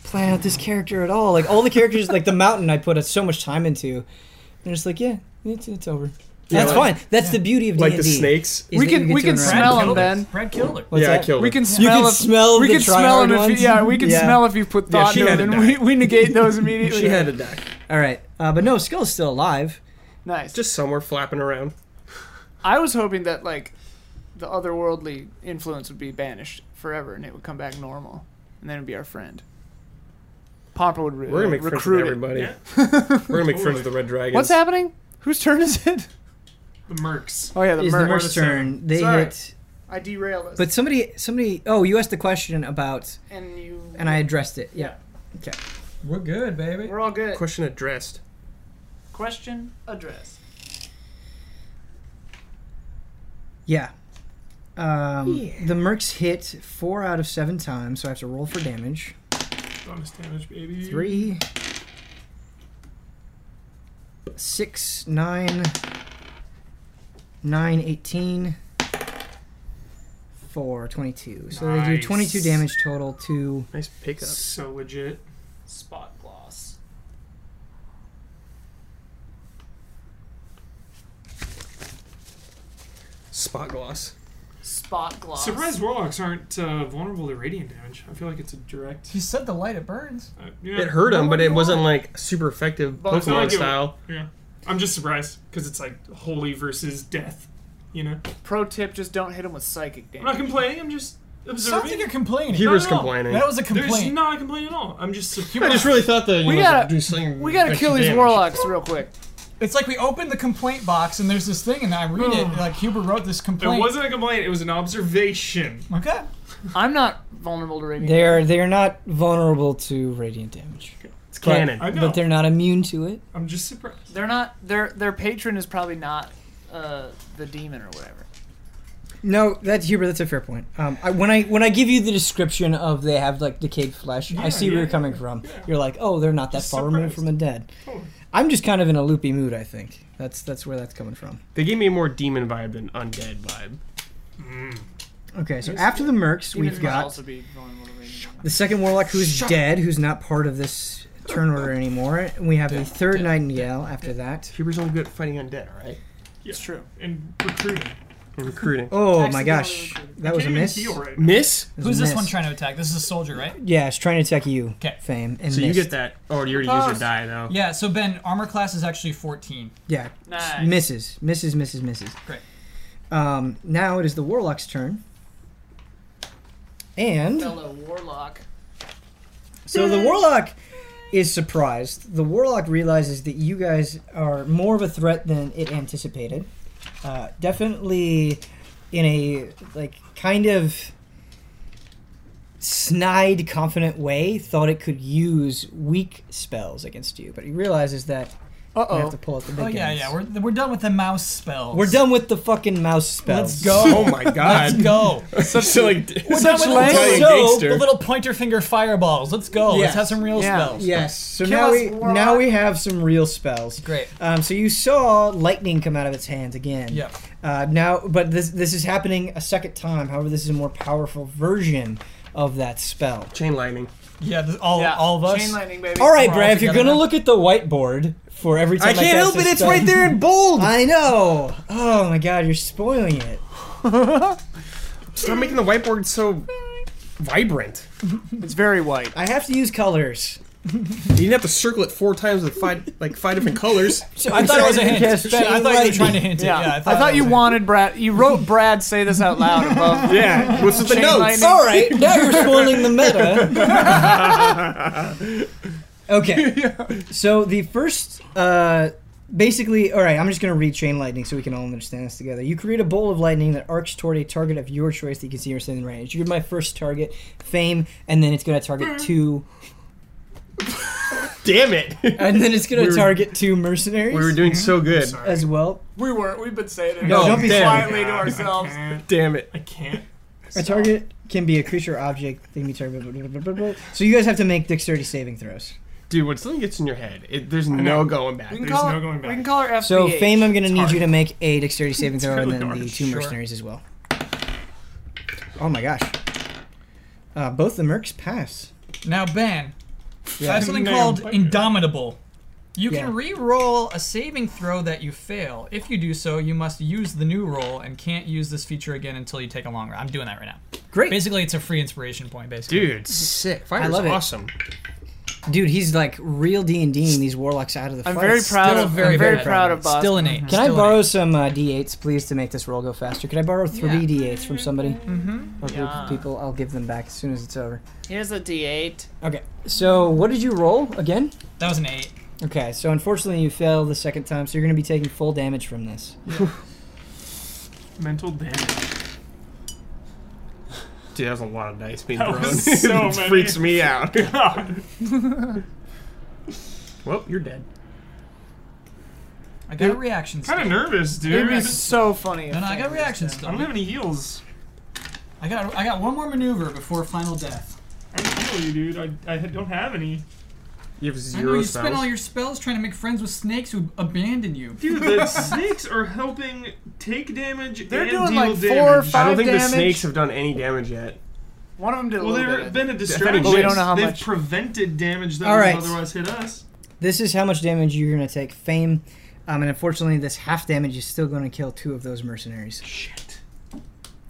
A: plan out this character at all. Like all the characters, like the mountain, I put so much time into. They're just like yeah, it's, it's over. That's
C: like-
A: fine. That's the beauty of
C: like
A: D&D.
C: the snakes.
A: is
D: We
A: that you
D: can-
A: get
D: we
A: to
D: can
A: interact
D: smell
A: with
D: him,
A: people.
D: Ben.
B: Brad killed her.
A: What's
C: yeah, I
A: that?
C: killed.
D: We
C: him.
D: can
A: You
D: smell
A: can
D: if
A: smell.
D: we
A: the
D: can smell
A: tryhard
D: him if
A: ones.
D: you, yeah we can
A: Yeah.
D: smell if you put
C: Yeah,
D: thought
C: she
D: into
C: had
D: it
C: to
D: and
C: die.
D: we, we negate those immediately.
C: She had to die.
A: All right, uh, but no, Skull's still alive.
D: nice.
C: Just somewhere flapping around.
D: I was hoping that like the otherworldly influence would be banished forever and it would come back normal and then it'd be our friend. Pomper would re-
C: We're gonna make friends with
D: recruit it.
C: everybody.
E: Yeah.
C: We're gonna make friends with the Red Dragons.
D: What's happening? Whose turn is it?
E: The Mercs.
D: Oh yeah, the
A: Is the
D: merc.
A: Merc's turn? They
D: Sorry.
A: hit,
D: I derailed us.
A: but somebody, somebody. Oh, you asked the question about,
D: and you
A: and I addressed it. Yeah.
B: We're good, baby.
D: we're all good.
C: Question addressed.
D: Question address.
A: Yeah. Um, The mercs hit four out of seven times, so I have to roll for damage.
E: Bonus damage, baby.
A: Three, six, nine, nine, eighteen, four, twenty-two. So they do
E: Nice.
A: 22 damage total to
C: Nice pickup.
E: So legit.
B: Spot gloss.
C: Spot gloss.
D: Spot gloss.
E: Surprise warlocks aren't uh, vulnerable to radiant damage. I feel like it's a direct.
B: You said the light it burns.
E: Uh, yeah.
C: It hurt him, but it
B: Why?
C: wasn't like super effective
D: Well, it's
E: not like
C: Pokemon
E: it-
C: style.
E: Yeah. I'm just surprised because it's like holy versus death. You know.
D: Pro tip: just don't hit him with psychic
E: I'm not
D: damage.
E: complaining. I'm just
B: Sounds like
E: observing.
B: you're complaining.
C: He
E: No,
C: was
E: no, no.
C: complaining.
B: that was a
E: There's
B: complaint.
E: not a complaint at all. I'm just surprised.
F: I just really thought that you
D: We
F: know,
D: gotta-
F: do something
D: We gotta
F: extra
D: kill these
F: damage.
D: warlocks real quick.
B: it's like we opened the complaint box and there's this thing, and I read it. Like Huber wrote this complaint.
E: It wasn't a complaint. It was an observation.
B: okay.
D: I'm not vulnerable to radiant.
A: They're they're not vulnerable to radiant damage,
C: It's canon.
E: I know.
A: but they're not immune to it.
E: I'm just surprised.
D: They're not. Their their patron is probably not uh, the demon or whatever.
A: No, that's Huber. That's a fair point. Um, I, when I when I give you the description of they have like decayed flesh, I see where
E: yeah,
A: you're coming from. You're like, oh, they're not that far removed from the dead.
E: Totally.
A: I'm just kind of in a loopy mood. I think that's that's where that's coming from.
C: They gave me a more demon vibe than undead vibe.
A: Okay, so after the mercs,
D: Demons
A: we've
D: might
A: got
D: also be vulnerable to radiant. damage.
A: the second warlock who's dead, who's not part of this turn order anymore. And we have the third nightingale after that.
C: Huber's only good at fighting undead, all right?
D: It's true.
E: And recruiting.
C: And recruiting.
A: Oh
D: Attacks
A: my
D: the guy
A: gosh,
D: with
A: that was a
E: Can't even
A: miss.
E: heal
C: Mm.
E: right now.
F: Miss?
A: It was a
B: Who's this
A: miss.
B: one trying to attack? This is a soldier, right?
A: Yeah, it's trying to attack you.
B: 'Kay.
A: Fame and
C: So you
A: missed.
C: get that. Oh, you already used your
D: Close.
C: die, though.
B: Yeah. So Ben, armor class is actually 14.
A: Yeah,
D: Nice.
A: misses, misses, misses, misses.
B: Great.
A: Um, now it is the warlock's turn. And
D: Fellow warlock.
A: so the warlock is surprised. The warlock realizes that you guys are more of a threat than it anticipated. Uh, definitely in a like kind of snide, confident way, thought it could use weak spells against you, but he realizes that
D: Uh
A: you have
D: oh.
A: to pull out the big
B: Oh yeah,
A: guns.
B: yeah. We're we're done with the mouse spells.
A: We're done with the fucking mouse spells.
B: Let's go.
F: Oh my god.
B: Let's go.
F: Such silly.
B: We're done
F: language.
B: with the
F: Italian
B: little,
F: gangster.
B: the little pointer finger fireballs. Let's go. Let's
A: Yes.
B: have some real
D: Yeah.
B: spells.
A: Yes. So
D: Kill
A: now
D: us,
A: we
D: warlock.
A: now we have some real spells.
B: Great.
A: Um, so you saw lightning come out of its hands again.
B: Yep.
A: Uh, now, but this this is happening a second time. However, this is a more powerful version of that spell.
C: Chain lightning.
B: Yeah. th- all
D: Yeah.
B: all of us.
D: Chain lightning, baby.
A: All right,
B: We're
A: Brad.
B: all
A: If you're
B: together
A: gonna
B: now.
A: look at the whiteboard for every time,
F: I can't
A: cast
F: help it.
A: a
F: It's
A: spell-
F: right there in bold.
A: I know. Oh my God, you're spoiling it.
C: Stop making the whiteboard so vibrant.
D: It's very white.
A: I have to use colors.
F: You didn't have to circle it four times with five, like five different colors.
A: So
B: I thought it was a hint.
A: Cast
B: Shit, I
A: chain
B: thought you were trying to
A: lightning.
B: hint it.
D: Yeah.
B: Yeah.
D: I thought, you wanted Brad. You wrote Brad say this out loud above.
F: Yeah. What's with the
D: Chain
F: notes?
D: lightning.
A: All right, now you're spoiling the meta. okay, so the first, uh, basically, all right. I'm just gonna read chain lightning so we can all understand this together. You create a bolt of lightning that arcs toward a target of your choice that you can see or within range. You're my first target, fame, and then it's gonna target two,
C: Damn it.
A: and then it's gonna
C: We were-
A: target two mercenaries
C: we were doing so good.
A: as well.
D: We weren't. We've been saying it.
A: No, don't be
C: damn.
D: quietly to ourselves.
E: I can't.
C: Damn it.
E: I can't.
A: A target can be a creature, object, they can be targeted. blah, blah, blah, blah, blah. So you guys have to make dexterity saving throws.
C: Dude, when something gets in your head, it, there's no going back.
D: We can
E: There's
D: call
E: no
D: her,
E: going
D: We
E: back.
D: can call her FBH.
A: So, Fame, I'm going to need you to make a dexterity saving throw and
E: really
A: then
E: hard,
A: the two
E: sure.
A: mercenaries as well. Oh my gosh. Uh, both the mercs pass.
B: Now Ben, I have something
E: Now,
B: called
E: but-
B: indomitable. You
A: Yeah.
B: can re-roll a saving throw that you fail. If you do so, you must use the new roll and can't use this feature again until you take a long rest. I'm doing that right now.
A: Great.
B: Basically, it's a free inspiration point. Basically,
C: Dude, sick. Fire's
A: love it.
C: awesome.
A: Dude, he's like real D&Ding these warlocks out of the
D: I'm
A: fight.
D: very proud
B: Still
D: of.
B: very,
D: I'm very
B: very
D: proud of Boss.
B: still an eight.
A: Can I
B: Still an
A: borrow
B: eight.
A: some uh, D8s, please, to make this roll go faster? Could I borrow three D8s from somebody? Mm-hmm. Or group
D: Yeah.
A: of people? I'll give them back as soon as it's over.
D: Here's a D8.
A: Okay, so what did you roll again?
B: That was an eight.
A: Okay, so unfortunately you failed the second time, so you're going to be taking full damage from this.
E: Mental damage.
C: Dude, that was a lot of dice being
E: That
C: thrown.
E: was so
C: It
E: many.
C: freaks me out.
E: God.
C: well, you're dead.
B: I got a reaction.
E: kind of nervous, dude.
D: It'd be so funny. If
B: No, no, I got
D: Fame was
B: reaction
D: there.
E: I
B: still.
E: don't have any heals.
B: I got I got one more maneuver before final death.
E: I didn't kill you, dude. I, I don't have any.
C: You
B: I know
C: have zero
B: you
C: spells.
B: spent all your spells trying to make friends with snakes who abandon you.
E: Dude, the snakes are helping take damage
D: They're
E: and
D: doing,
E: deal
D: like, four
E: damage.
D: or five-
C: I don't think the
D: damage.
C: snakes have done any damage yet.
D: One of them did a
E: Well,
D: little
E: they've
D: bit.
E: been a distraction.
C: But we don't
D: know how
E: They've
D: much.
E: prevented damage that
A: All
E: would
A: right.
E: have otherwise hit us.
A: This is how much damage you're going to take, Fame. Um, and unfortunately, this half damage is still going to kill two of those mercenaries.
E: Shit.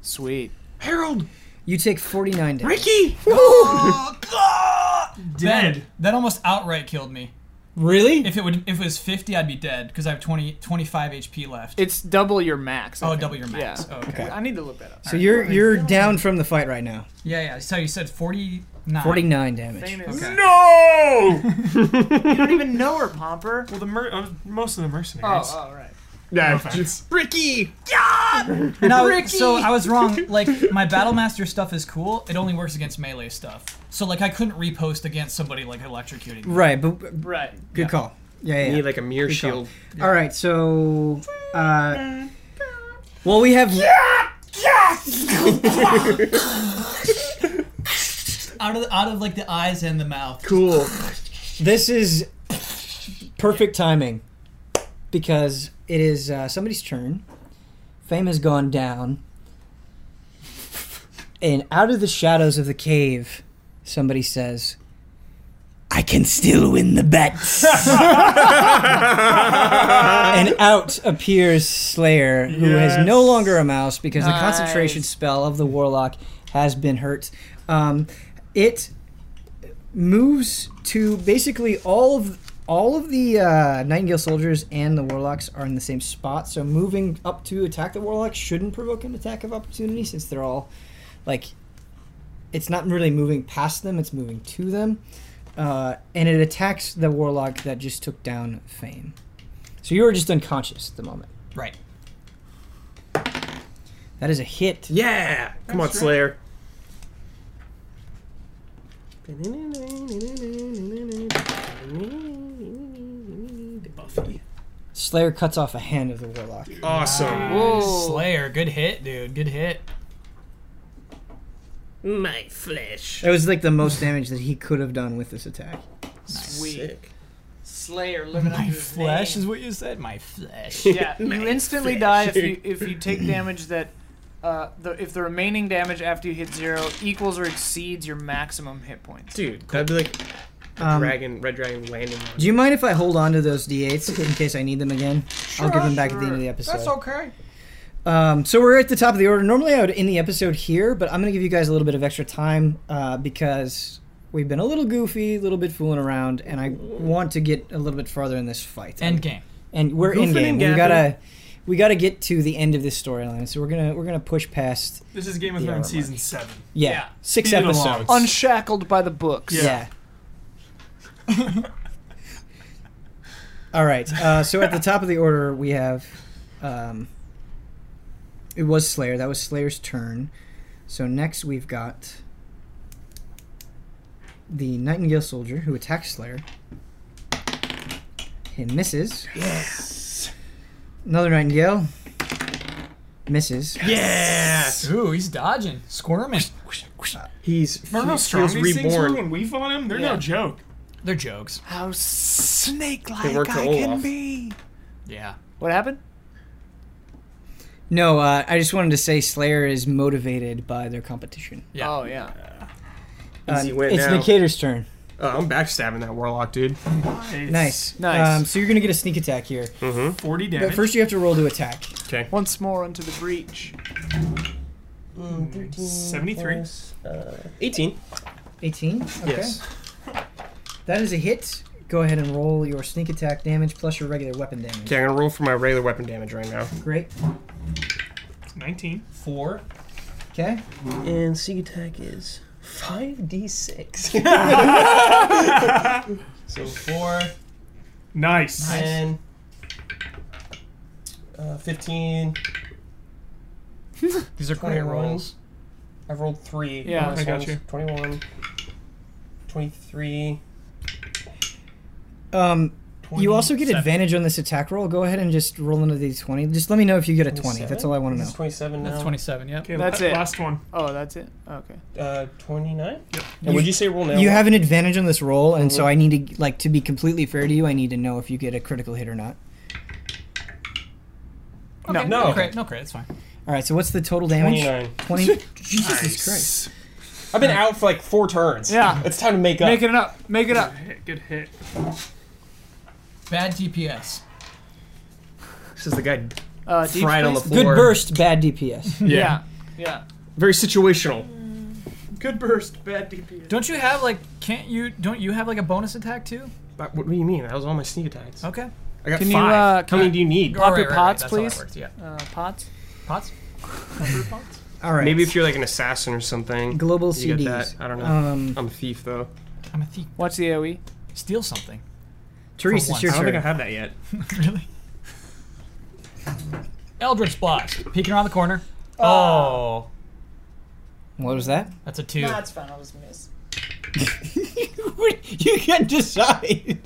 D: Sweet.
C: Harold,
A: You take 49 damage.
C: Ricky,
E: Dead.
B: That, that almost outright killed me.
A: Really?
B: If it would if it was 50, I'd be dead because I have 20 25 HP left.
D: It's double your max. I
B: oh,
D: think.
B: double your max.
D: Yeah.
B: Oh, okay.
D: I need to look that up.
A: So you're you're down from the fight right now.
B: Yeah, yeah. So you said 49.
A: 49 damage.
D: Okay.
C: no.
D: You don't even know her, Pomper.
E: Well, the mer- uh, most of the
D: Oh,
E: mercenaries.
D: oh, right.
C: Nah,
E: offense.
C: Ricky.
B: No, so I was wrong. Like my Battlemaster stuff is cool. It only works against melee stuff. So like I couldn't repost against somebody like electrocuting. them.
A: Right, but but
D: Right.
A: good call. Yeah, yeah.
C: You
A: yeah.
C: need like a mirror
A: Good call.
C: shield.
A: All right, so uh, well, we have
B: Out of the, out of like the eyes and the mouth.
C: Cool.
A: this is perfect timing because it is uh, somebody's turn. Fame has gone down, and out of the shadows of the cave, somebody says, "I can still win the bets." and out appears Slayer, who is no
E: Yes.
A: longer a mouse because the concentration
D: Nice.
A: spell of the warlock has been hurt. Um, it moves to basically all of all of the uh, Nightingale soldiers and the warlocks are in the same spot. So moving up to attack the warlock shouldn't provoke an attack of opportunity since they're all like it's not really moving past them; it's moving to them. Uh, and it attacks the warlock that just took down Fame. So you were just unconscious at the moment.
B: Right.
A: That is a hit.
C: Yeah. Come on,
E: That's right.
C: Slayer. Buffy.
A: Slayer cuts off a hand of the warlock.
C: Awesome.
D: Whoa.
B: Slayer, good hit, dude. Good hit.
C: My flesh.
A: That was like the most damage that he could have done with this attack.
D: Sweet.
C: Sick.
D: Slayer living up
B: My
D: to his
B: flesh
D: name.
B: is what you said. My flesh.
D: Yeah, you instantly die if you if you take damage that. Uh, the, if the remaining damage after you hit zero equals or exceeds your maximum hit points.
C: Dude, that'd be like
A: Um,
C: dragon, red dragon landing. on
A: Do you mind if I hold on to those d8s in case I need them again? I'll give them back at the end of the episode.
B: That's okay.
A: Um, so we're at the top of the order. Normally I would end the episode here, but I'm going to give you guys a little bit of extra time uh, because we've been a little goofy, a little bit fooling around, and I want to get a little bit farther in this fight.
B: End game.
A: and we're
C: Goofing
A: in game.
C: and
A: We
C: gaffing.
A: gotta we gotta get to the end of this storyline. So we're gonna we're gonna push past
E: This is Game of
A: Yeah,
E: Thrones
A: right.
E: season seven.
A: yeah,
D: Yeah.
A: six
E: Speed it along.
A: episodes.
D: Unshackled by the books.
A: yeah. All right. Uh, so at the top of the order we have um, it was Slayer. That was Slayer's turn. So next we've got the Nightingale soldier who attacks Slayer. He misses. Yes. Another Nightingale misses.
C: Yes.
B: Ooh, he's dodging, squirming.
C: He's
E: Remember how
C: he
E: strong
C: feels
E: these things were
C: reborn.
E: when we fought him? They're
D: Yeah.
E: no joke.
B: They're jokes.
D: How snake-like
C: They work to
D: I can
C: Olaf.
D: be.
B: Yeah.
D: What happened?
A: No, uh, I just wanted to say Slayer is motivated by their competition.
B: Yeah.
D: Oh yeah.
C: Easy win
A: it's
C: now.
A: Nikator's turn.
C: Oh, I'm backstabbing that warlock, dude.
A: Nice.
D: Nice.
A: Um, so you're going to get a sneak attack here.
E: Forty
A: But
E: damage.
A: first, you have to roll to attack.
C: Okay.
D: Once more into the breach.
E: Seventy-three.
C: 18.
A: 18? Okay.
C: Yes.
A: That is a hit. Go ahead and roll your sneak attack damage plus your regular weapon damage.
C: Okay, I'm gonna roll for my regular weapon damage right now.
A: Great.
E: Nineteen.
B: Four.
A: Okay.
C: And sneak attack is 5d6.
B: So four.
E: Nice.
C: Ten. Uh, 15.
B: These are great
C: 21.
B: rolls.
C: I've rolled three.
D: Yeah,
C: bonus
E: I got
C: ones.
E: you.
C: 21. 23.
A: Um, You also get advantage on this attack roll. Go ahead and just roll another d20. Just let me know if you get a 20. That's all I want to know.
C: It's 27 now.
B: That's 27, yep.
E: Okay,
D: That's
E: la-
D: it.
E: Last one.
D: Oh, that's it. Okay.
C: Uh, 29? Yep. And would you say roll now?
A: You have an advantage on this roll, and so I need to like to be completely fair to you. I need to know if you get a critical hit or not.
B: Okay,
D: No.
B: No crit, no crit, it's fine.
A: All right. So what's the total damage?
C: 29.
A: 20. Jesus Christ.
C: I've been out for like four turns.
D: Yeah.
C: It's time to make up.
D: Make it up. Make it up.
E: Hit, good hit.
B: Bad DPS.
F: This is the guy
D: Uh, deep
F: fried on the
D: space-
A: Good
F: floor.
A: burst, bad DPS.
D: Yeah. Yeah.
F: Very situational.
E: Good burst, bad DPS.
B: Don't you have like can't you don't you have like a bonus attack too?
C: But what do you mean? That was all my sneak attacks.
B: Okay.
F: I got
D: Oh, Can you,
F: five.
D: uh,
C: How many do you need?
D: Pop your pots,
B: that's how that
D: please.
B: works, Yeah.
D: Uh, pots.
B: Pots?
A: All right.
C: Maybe if you're like an assassin or something.
A: global
C: You
A: CDs.
C: get that. I don't know.
A: Um,
C: I'm a thief though.
B: I'm a thief.
D: Watch the E. AOE.
B: Steal something.
A: Therese,
B: for
A: it's your
B: once.
A: turn.
C: have that yet.
B: really? Eldritch Blast. Peeking around the corner. Oh.
A: What was that?
B: That's a two.
G: No, it's fine. I'll just miss.
A: you can decide.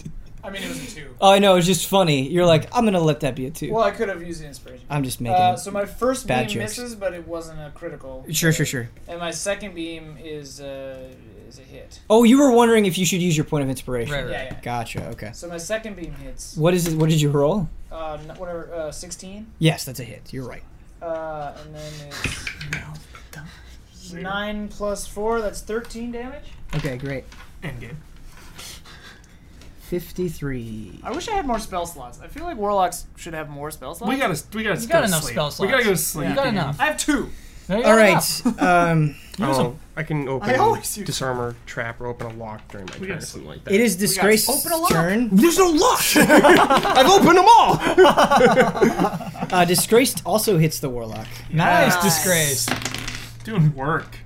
D: I mean, it was a two.
A: Oh, I know. It's just funny. You're like, I'm gonna let that be a two.
G: Well, I could have used the inspiration.
A: I'm just making.
G: Uh,
A: it.
G: so my first
A: Bad
G: beam
A: jokes.
G: misses, but it wasn't a critical.
A: Sure, sure, sure.
G: And my second beam is uh, is a hit.
A: Oh, you were wondering if you should use your point of inspiration.
B: Right, right.
G: Yeah, yeah.
A: Gotcha. Okay.
G: So my second beam hits.
A: What is it? What did you roll?
G: Uh, n- whatever. Uh, sixteen.
A: Yes, that's a hit. You're right.
G: Uh, and then it's nine plus four. That's thirteen damage.
A: Okay, great.
E: Endgame.
A: 53.
D: I wish I had more spell slots. I feel like warlocks should have more spell slots.
E: We gotta, we gotta.
B: You
E: go
B: got
E: to
B: enough
E: sleep.
B: spell slots.
E: We gotta go to sleep.
B: You got
E: again.
B: enough.
D: I have two.
B: No, you
A: All
B: got enough.
A: right. Um,
C: Oh, I can open
D: I always use-
C: disarmor trap or open a lock during my turn or
E: gotta
C: something like that.
A: it is Disgrace's
D: open a lock.
A: turn.
F: There's no luck. I've opened them all.
A: Uh, Disgraced also hits the Warlock.
B: Nice,
G: Nice.
B: disgrace.
E: Doing work.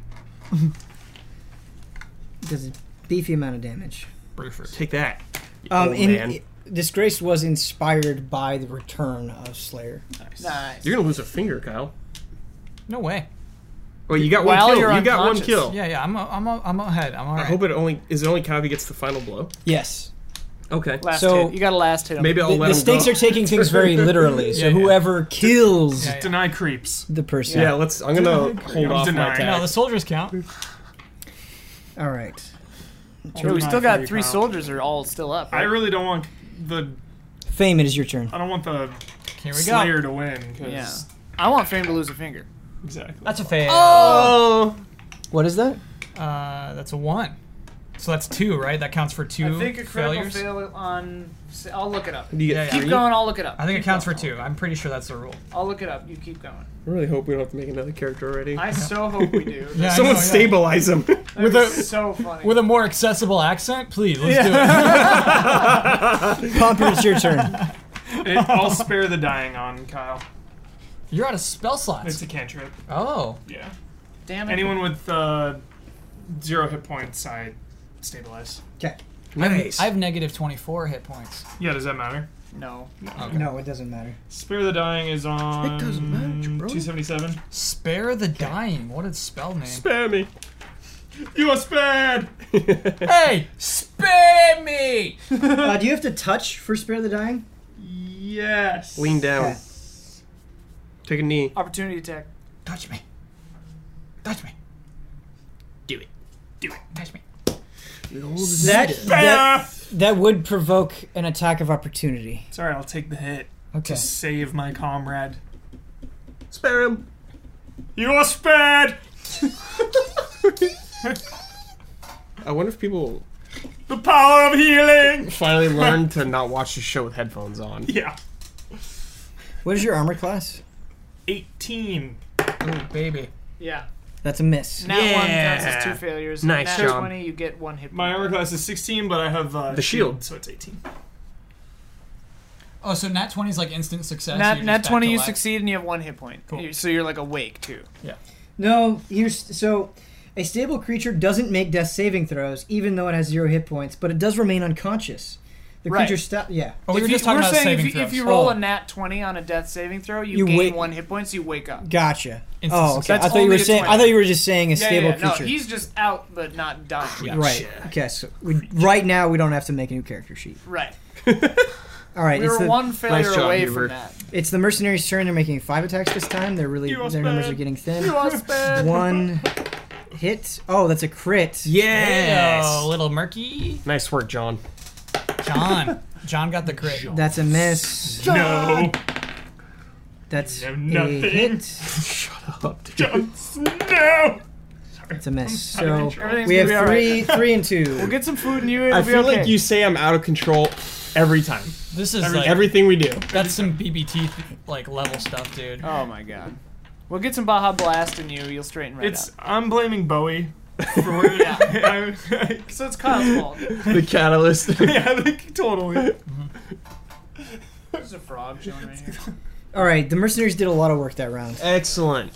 A: Does a beefy amount of damage.
B: Bruford.
C: Take that. you
A: Um,
C: old
A: in,
C: Oh, man.
A: Disgraced was inspired by the return of Slayer.
G: Nice.
C: You're gonna lose a finger, Kyle.
B: No way.
C: Well, you got one
D: While
C: kill.
D: you're
C: you got one
D: unconscious.
C: kill.
B: Yeah, yeah. I'm a, I'm a, I'm ahead. I'm all
C: I
B: right.
C: hope it only is it only Kyle who gets the final blow.
A: Yes.
C: Okay.
D: Last
A: So-
D: hit. You got a last hit. on
C: Maybe
D: me.
C: I'll
A: The,
C: let
A: the
C: him
A: stakes
C: go.
A: are taking things very literally, so
B: Yeah, yeah.
A: whoever kills
B: Yeah, yeah.
E: Deny creeps.
A: the person.
C: Yeah, let's. I'm gonna hold
E: I'm
C: off
E: denying.
C: my
B: no,
C: attack.
B: the soldiers count.
A: All right.
D: But we still got three
E: Kyle.
D: soldiers are all still up.
E: I
D: right?
E: really don't want the.
A: Fame, it is your turn.
E: I don't want the
B: Here we go.
E: Slayer to win. 'cause-
D: yeah. I want Fame to lose a finger.
E: Exactly.
B: That's a fail.
C: Oh,
A: What is that?
B: Uh, that's a one. So that's two, right? That counts for two
G: I think a critical
B: failures.
G: fail on. I'll look it up.
C: do you
B: Yeah, yeah.
C: get
G: Keep
C: three?
G: going. I'll look it up.
B: I think it
G: Keep
B: counts for
G: going.
B: two. I'm pretty sure that's the rule.
G: I'll look it up. You keep going.
C: I really hope we don't have to make another character already.
G: I so hope we do.
B: Yeah, I
C: Someone
B: know, yeah.
C: stabilize him.
G: With
B: a-
G: so funny.
B: With a more accessible accent, please. Let's
A: Pomper, it's your turn.
E: It, I'll spare the dying on Kyle.
B: do it. You're out of spell
E: It's
B: slots.
E: a cantrip.
B: Oh,
E: Yeah.
G: Damn it.
E: Anyone with uh, zero hit points, I stabilize.
A: Okay.
C: nice.
B: I have negative 24 hit points.
E: Yeah, does that matter?
D: No.
A: No, it doesn't matter.
E: Spare the dying is on.
F: It doesn't matter, bro.
E: 277.
B: Spare the dying. What a spell name.
C: Spare me.
E: You are spared!
B: hey, spare me.
A: Uh, do you have to touch for Spare the Dying?
E: Yes.
C: Lean down.
A: Okay.
C: Take a knee.
D: Opportunity attack.
B: Touch me. Touch me.
C: Do it.
B: Touch me.
A: That, that that would provoke an attack of opportunity.
E: Sorry, I'll take the hit.
A: Okay.
E: Save my comrade.
C: Spare him.
E: You are spared!
C: I wonder if people
E: The power of healing!
C: finally learn to not watch the show with headphones on.
E: Yeah.
A: What is your armor class?
E: 18.
B: Oh, baby.
D: Yeah.
A: That's a miss.
D: Nat one counts
C: Yeah.
D: as two failures.
C: Nice
D: Nat
C: job.
D: 20, you get one hit.
E: My
D: point.
E: armor class is 16, but I have uh,
C: The shield.
E: so it's 18.
B: Oh, so nat 20 is like instant success.
D: Nat,
B: you're just
D: nat
B: back
D: 20,
B: to
D: you
B: life.
D: succeed and you have one hit point. You- so you're like awake too.
A: No, here's so a stable creature doesn't make death saving throws even though it has zero hit points, but it does remain unconscious. The
D: Right.
A: creature stop. Yeah.
B: Oh, we
D: if
B: were
D: you,
B: just talking
D: we're
B: about
D: saying
B: saving
D: if you, if
B: throws.
D: you roll
A: Oh.
D: a nat 20 on a death saving throw, you,
A: You
D: gain
A: wait-
D: one hit point, so you wake up.
A: Gotcha.
B: Instance
A: Oh,
B: of
A: okay.
D: That's
A: I thought you
D: only
A: were
D: to
A: saying.
D: 20.
A: I thought you were just saying a
D: Yeah,
A: stable
D: yeah, no,
A: creature.
D: he's just out but not dying.
A: right. Okay. So we, right now we don't have to make a new character sheet.
D: Right.
A: All right.
D: We
A: it's,
D: were
A: the,
D: one failure
C: job,
D: away
C: Hubert.
D: from that.
A: it's the mercenaries' turn. They're making five attacks this time. They're really
E: You are
A: their numbers are
E: bad.
A: getting thin.
D: You are bad.
A: One hit. Oh, that's a crit.
C: Yes.
B: Hey-o, little murky.
C: Nice work, John.
B: John. John got the crit.
A: That's a miss.
E: No.
A: That's a
E: have nothing.
A: hit.
E: No.
A: It's a miss. So
D: Everything's
A: we have
D: gonna be
A: three, three, and two.
D: We'll get some food and you. It'll
F: I
D: be
F: feel
D: okay.
F: like you say I'm out of control every time.
B: This is like
F: Everything we do.
B: that's some BBT like level stuff, dude.
D: Oh my god. We'll get some Baja Blast in you. You'll straighten right
E: It's
D: up.
E: I'm blaming Bowie for yeah.
D: So it's Kyle's fault.
F: The catalyst.
E: yeah, like, totally.
D: There's a frog showing right here.
A: All right. The mercenaries did a lot of work that round.
F: Excellent.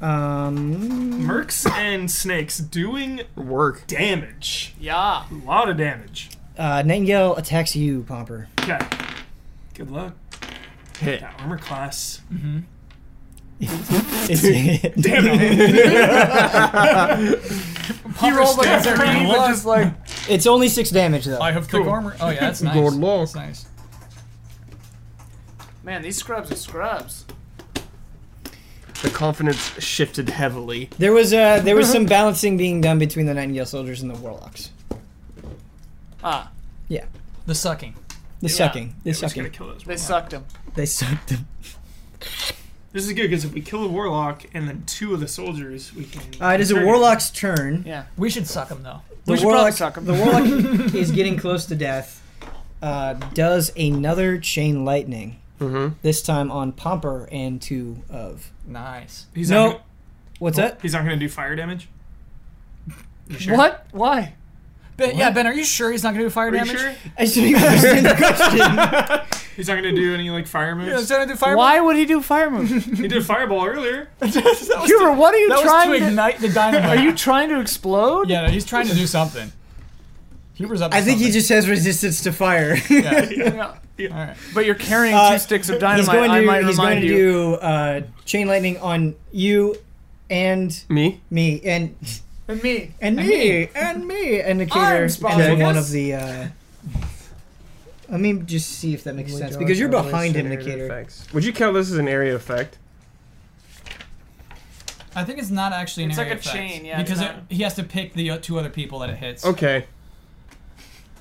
A: Um,
E: Mercs and snakes doing
F: Work.
E: damage.
D: Yeah.
E: A lot of damage.
A: uh, Nightingale attacks you, Pomper.
E: Okay. Good luck.
F: Hit.
E: That armor class.
A: It's a hit.
E: Damn it.
D: He rolled like a 30, but just like
A: It's only six damage though.
B: I have thick armor. Oh yeah, that's nice.
F: Good luck.
B: That's nice.
D: Man, these scrubs are scrubs.
F: The confidence shifted heavily.
A: There was uh, there was some balancing being done between the Nightingale soldiers and the Warlocks.
D: Ah,
B: The sucking.
A: The sucking, the
E: Just gonna
A: sucking,
E: kill those
D: they
E: warlocks.
D: sucked him.
A: they sucked them.
E: This is good because if we kill the warlock and then two of the soldiers, we can.
A: Uh, it is a
E: return
A: Warlock's turn.
D: Yeah.
B: We should suck him though.
A: The
D: should
A: Warlock,
D: probably suck 'em.
A: the Warlock is getting close to death. Uh, does another chain lightning.
F: Mm-hmm.
A: This time on Pomper and two of.
B: Nice.
E: He's
A: No.
E: Not gonna,
A: What's
D: Oh.
A: that?
E: he's not gonna do fire damage. You sure?
D: What? Why?
B: Ben, yeah, Ben, are you sure he's not gonna do fire
E: Are you
B: damage?
E: sure?
A: I just don't even understand the question.
E: He's not gonna do any like fire moves.
B: gonna do fire
D: Why would he do fire move?
E: he did fireball earlier.
D: Hubert, what are you
B: That was to
D: trying to?
B: ignite the dynamite.
D: Are you trying to explode?
B: Yeah, no, he's trying to do something. Huber's up. To
A: I think he
B: something.
A: just has resistance to fire.
D: Yeah.
B: All right.
D: But you're carrying
A: Uh,
D: two sticks of dynamite.
A: he's going
D: I might
A: to, he's going
D: remind
A: to
D: you.
A: do uh, chain lightning on you and
F: Me?
A: me and
D: And me.
A: and
B: And
A: me and me and Nicator is
D: responsible.
A: one of the. Uh, let me just see if that makes sense because you're behind Indicator.
F: Would you count this as an area effect?
B: I think it's not actually an
D: It's
B: area
D: like a
B: effect,
D: chain, yeah,
B: Because
D: it's
B: it,
D: not-
B: he has to pick the uh, two other people that it hits.
F: Okay.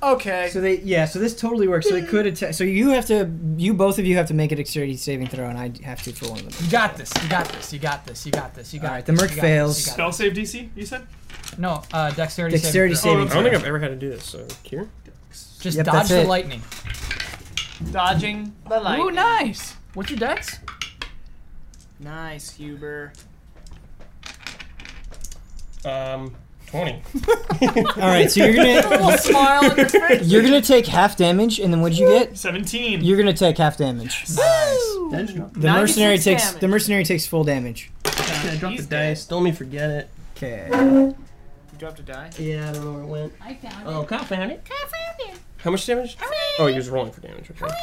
D: Okay.
A: So they yeah, so this totally works. So
D: Hmm.
A: they could attack. So you have to, you both of you have to make a dexterity saving throw, and I have to for one of them.
B: You got this. You got this. You got this. You got this. You got
A: All right,
B: this,
A: the merc
B: you got this,
A: fails.
B: you got
E: Spell save DC. You said.
B: this. No, uh, dexterity.
A: Dexterity
B: saving
F: I
A: saving
E: Oh,
A: throw.
F: don't think I've ever had to do this, so here.
B: throw. Just
A: Yep,
B: dodge
A: that's
B: the
A: it.
B: lightning.
D: Dodging the light.
B: Ooh, nice. What's your dex?
D: Nice, Huber.
F: Um, 20.
A: All right, so you're gonna
D: little smile on your face.
A: you're gonna take half damage, and then what'd you get?
E: Seventeen.
A: You're gonna take half damage.
B: Nice.
A: The mercenary
D: 96
A: takes
D: damage.
A: the mercenary takes full damage.
F: I dropped
D: He's
F: the
D: dead.
F: dice. Don't let me forget it.
A: Okay.
D: You dropped a die.
F: Yeah, I don't know where it went.
H: I found
F: Oh, Kyle found it.
H: I found it.
F: How much damage? Oh,
H: Hooray!
F: he was rolling for damage. Okay.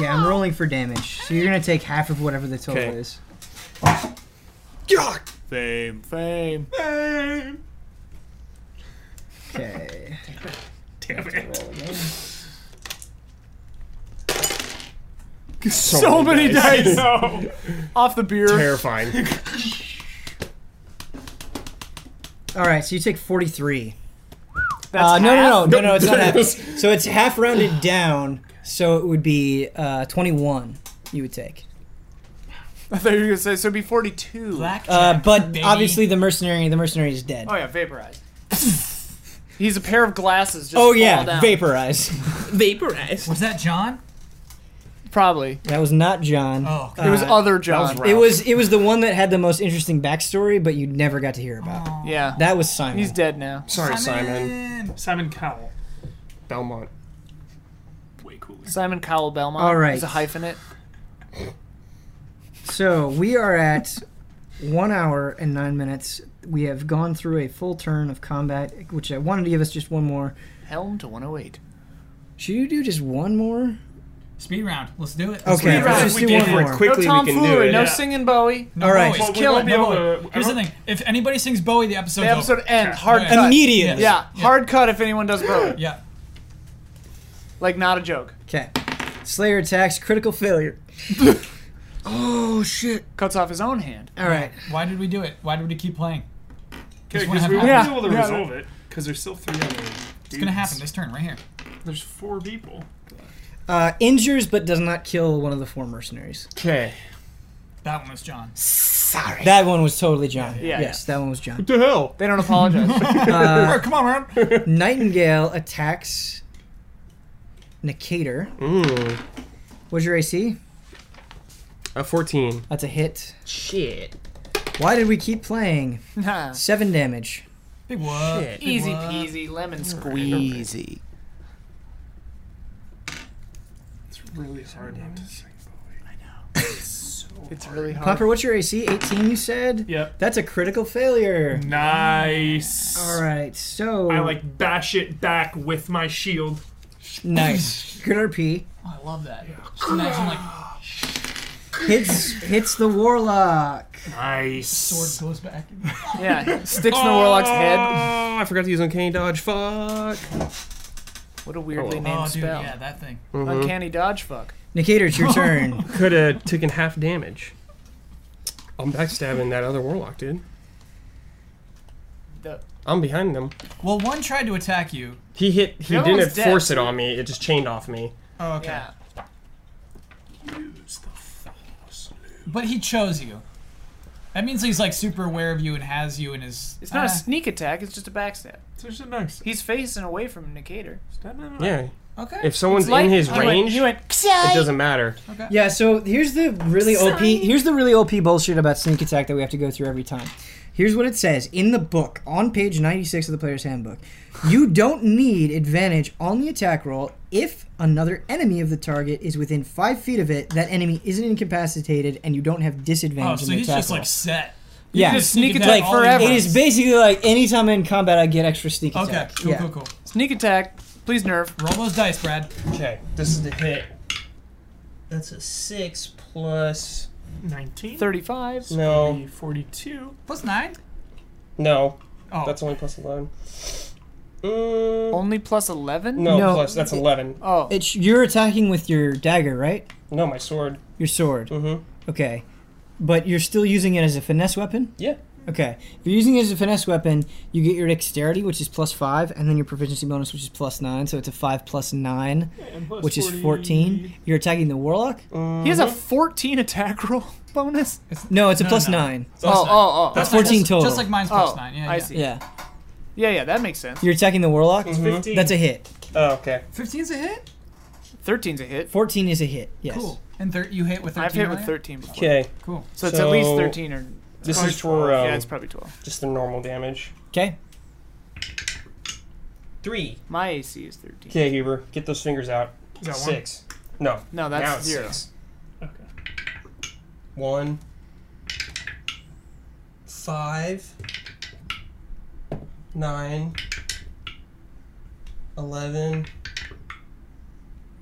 A: Yeah, I'm rolling for damage. So you're gonna take half of whatever the total
F: Okay.
A: is.
F: God!
D: Fame. Fame.
A: Okay.
E: Damn it.
F: So,
D: So many dice.
E: No.
D: Off the beer.
F: Terrifying.
A: All right, so you take 43.
D: That's
A: uh, no, no, no,
D: half.
A: no, no, it's not half. So it's half rounded down, so it would be uh, 21 you would take.
D: I thought you were gonna say so. It'd be forty-two.
A: Uh, but
B: baby.
A: obviously the mercenary the mercenary is dead.
D: Oh yeah, vaporized. He's a pair of glasses. Just
A: Oh
D: fall
A: yeah,
D: down.
A: vaporize.
F: Vaporized.
B: Was that John?
D: Probably.
A: That was not John.
B: Oh, okay.
D: It was
A: Uh,
D: other John.
A: It was it was the one that had the most interesting backstory, but you never got to hear about.
D: Yeah.
A: That was Simon.
D: He's dead now.
F: Sorry, Simon.
E: Simon Cowell.
F: Belmont.
E: Way cooler.
D: Simon Cowell Belmont.
A: All right.
D: He's a hyphenate.
A: So we are at one hour and nine minutes. We have gone through a full turn of combat, which I wanted to give us just one more.
D: Helm to 108.
A: Should you do just one more?
B: Speed round. Let's do it.
A: Okay,
D: round.
A: let's just
E: We
A: do one
E: did one.
A: more.
D: No
C: Quickly, we can do
D: tomfoolery,
C: it.
D: no
E: yeah.
D: singing Bowie.
B: No
A: All right.
B: Bowie.
A: Well,
E: we
B: Kill
E: won't
B: it.
E: be
B: No
E: able to-
B: Bowie.
E: I
B: Here's the
E: don't-
B: thing. If anybody sings Bowie, uh, the episode.
D: The episode ends. Hard
B: Yeah.
D: cut.
B: Immediate.
A: Immediately.
D: Yeah, hard cut if anyone does Bowie.
B: Yeah.
D: Like, not a joke.
A: Okay. Slayer attacks critical failure. oh shit.
D: Cuts off his own hand.
A: All right.
B: Why did we do it? Why did we keep playing?
E: Okay,
B: Just wanna
E: because
B: have
E: we won't
D: happen.
E: be able
D: Yeah,
E: to
D: yeah.
E: resolve it because there's still three other.
B: It's gonna happen this turn right here.
E: There's four people.
A: Uh, injures but does not kill one of the four mercenaries.
C: Okay.
B: That one was John.
A: That one was totally John.
D: Yeah,
A: yes, that one was John. Uh,
C: What the hell?
D: They don't apologize.
B: Alright, come on, man.
A: Nightingale attacks Nicator.
C: Mm.
A: What's your AC?
C: A 14.
A: That's a hit.
C: Shit.
A: Why did we keep playing?
D: Nah.
A: Seven damage.
B: Big whoop.
C: Shit.
B: Big
D: Easy
B: whoop.
D: peasy, lemon squeeze.
F: Easy.
E: It's really hard not to sing.
D: It's really hard.
A: Pumper, what's your AC? 18, you said?
E: Yep.
A: That's a critical failure.
E: Nice.
A: All right, so.
E: I like bash it back with my shield.
A: Nice. Good RP.
B: Oh, I love that. Just imagine like
A: Hits hits the warlock.
E: Nice.
B: sword goes back.
D: Yeah, sticks in the warlock's head.
C: Oh, I forgot to use Uncanny Dodge. Fuck.
D: What a weirdly
C: Oh, Mm-hmm.
D: named
B: Oh, dude,
D: spell.
B: yeah, that thing.
D: Uncanny dodge fuck.
A: Nicator, it's your turn.
C: Could have taken half damage. I'm backstabbing that other warlock, dude.
D: The-
C: I'm behind them.
B: Well, one tried to attack you.
C: He hit. He
D: The other
C: didn't
D: one's dead,
C: force it on me. It just chained off me.
B: Oh, okay.
D: Yeah.
B: But he chose you. That means he's like super aware of you and has you in his.
D: It's not
B: Ah.
D: a sneak attack, it's just a backstab.
E: There's a nice.
D: He's facing away from Nicator.
C: Yeah.
B: Okay.
C: If someone's in
D: Like-
C: his
D: he went-
C: range,
D: he
C: it
D: went,
C: doesn't matter.
A: Yeah, so here's the really OP here's the really OP bullshit about sneak attack that we have to go through every time. Here's what it says in the book on page 96 of the player's handbook. You don't need advantage on the attack roll if another enemy of the target is within 5 feet of it, that enemy isn't incapacitated and you don't have
B: oh,
A: disadvantage
B: so
A: in the
B: he's
A: attack
B: just
A: roll.
B: like set.
A: yeah.
B: just sneak
D: Sneak
B: attack
D: attack
B: all he
D: forever.
A: it
B: wants.
A: is basically like anytime I'm in combat I get extra sneak attack.
B: Okay. Cool.
A: Yeah.
B: Cool. Cool.
D: Sneak attack. Please nerf.
B: Roll those dice, Brad.
C: Okay, this is the hit. That's a six plus.
E: 19.
D: 35.
C: No,
E: 42.
B: Plus nine.
C: no,
B: Oh.
C: that's only plus eleven. Mm,
D: Only plus 11?
C: no,
A: No.
C: plus that's eleven.
D: Oh.
A: It's you're attacking with your dagger, right?
C: No, my sword.
A: Your sword.
C: Mm-hmm.
A: Okay. But you're still using it as a finesse weapon?
C: Yeah.
A: Okay. If you're using it as a finesse weapon, you get your dexterity, which is plus five, and then your proficiency bonus, which is plus nine. So it's a five plus nine,
E: And plus
A: which is
E: 40.
A: 14. You're attacking the warlock?
D: he
B: Mm-hmm.
D: has a 14 attack roll bonus?
A: No, it's a
B: No,
A: plus
B: no.
A: nine.
B: Plus
D: oh,
B: nine.
D: oh, oh.
B: Plus
A: 14
B: nine. Just-
A: total.
B: Just like mine's plus
D: oh,
B: nine. Yeah.
D: I
B: yeah.
D: see. Yeah.
A: Yeah.
D: yeah, that makes sense.
A: You're attacking the warlock?
E: Fifteen.
A: That's a hit.
C: Oh, okay.
B: 15's a hit.
D: 13's a hit.
A: 14 is a hit, yes.
B: Cool. And thir- you hit with 13.
D: I've hit with
B: earlier?
D: 13 before.
C: Okay,
B: Cool.
D: So it's at least
C: So-
D: 13 or.
C: this
E: Probably
C: is for um,
D: yeah, it's probably 12.
C: just the normal damage.
A: Okay.
C: Three.
D: My AC is 13.
C: Okay, Huber, get those fingers out.
E: Is that one?
C: Six. No.
D: No,
C: now
D: that's
C: it's
D: zero.
C: six.
E: Okay.
C: One. Five. Nine. Eleven.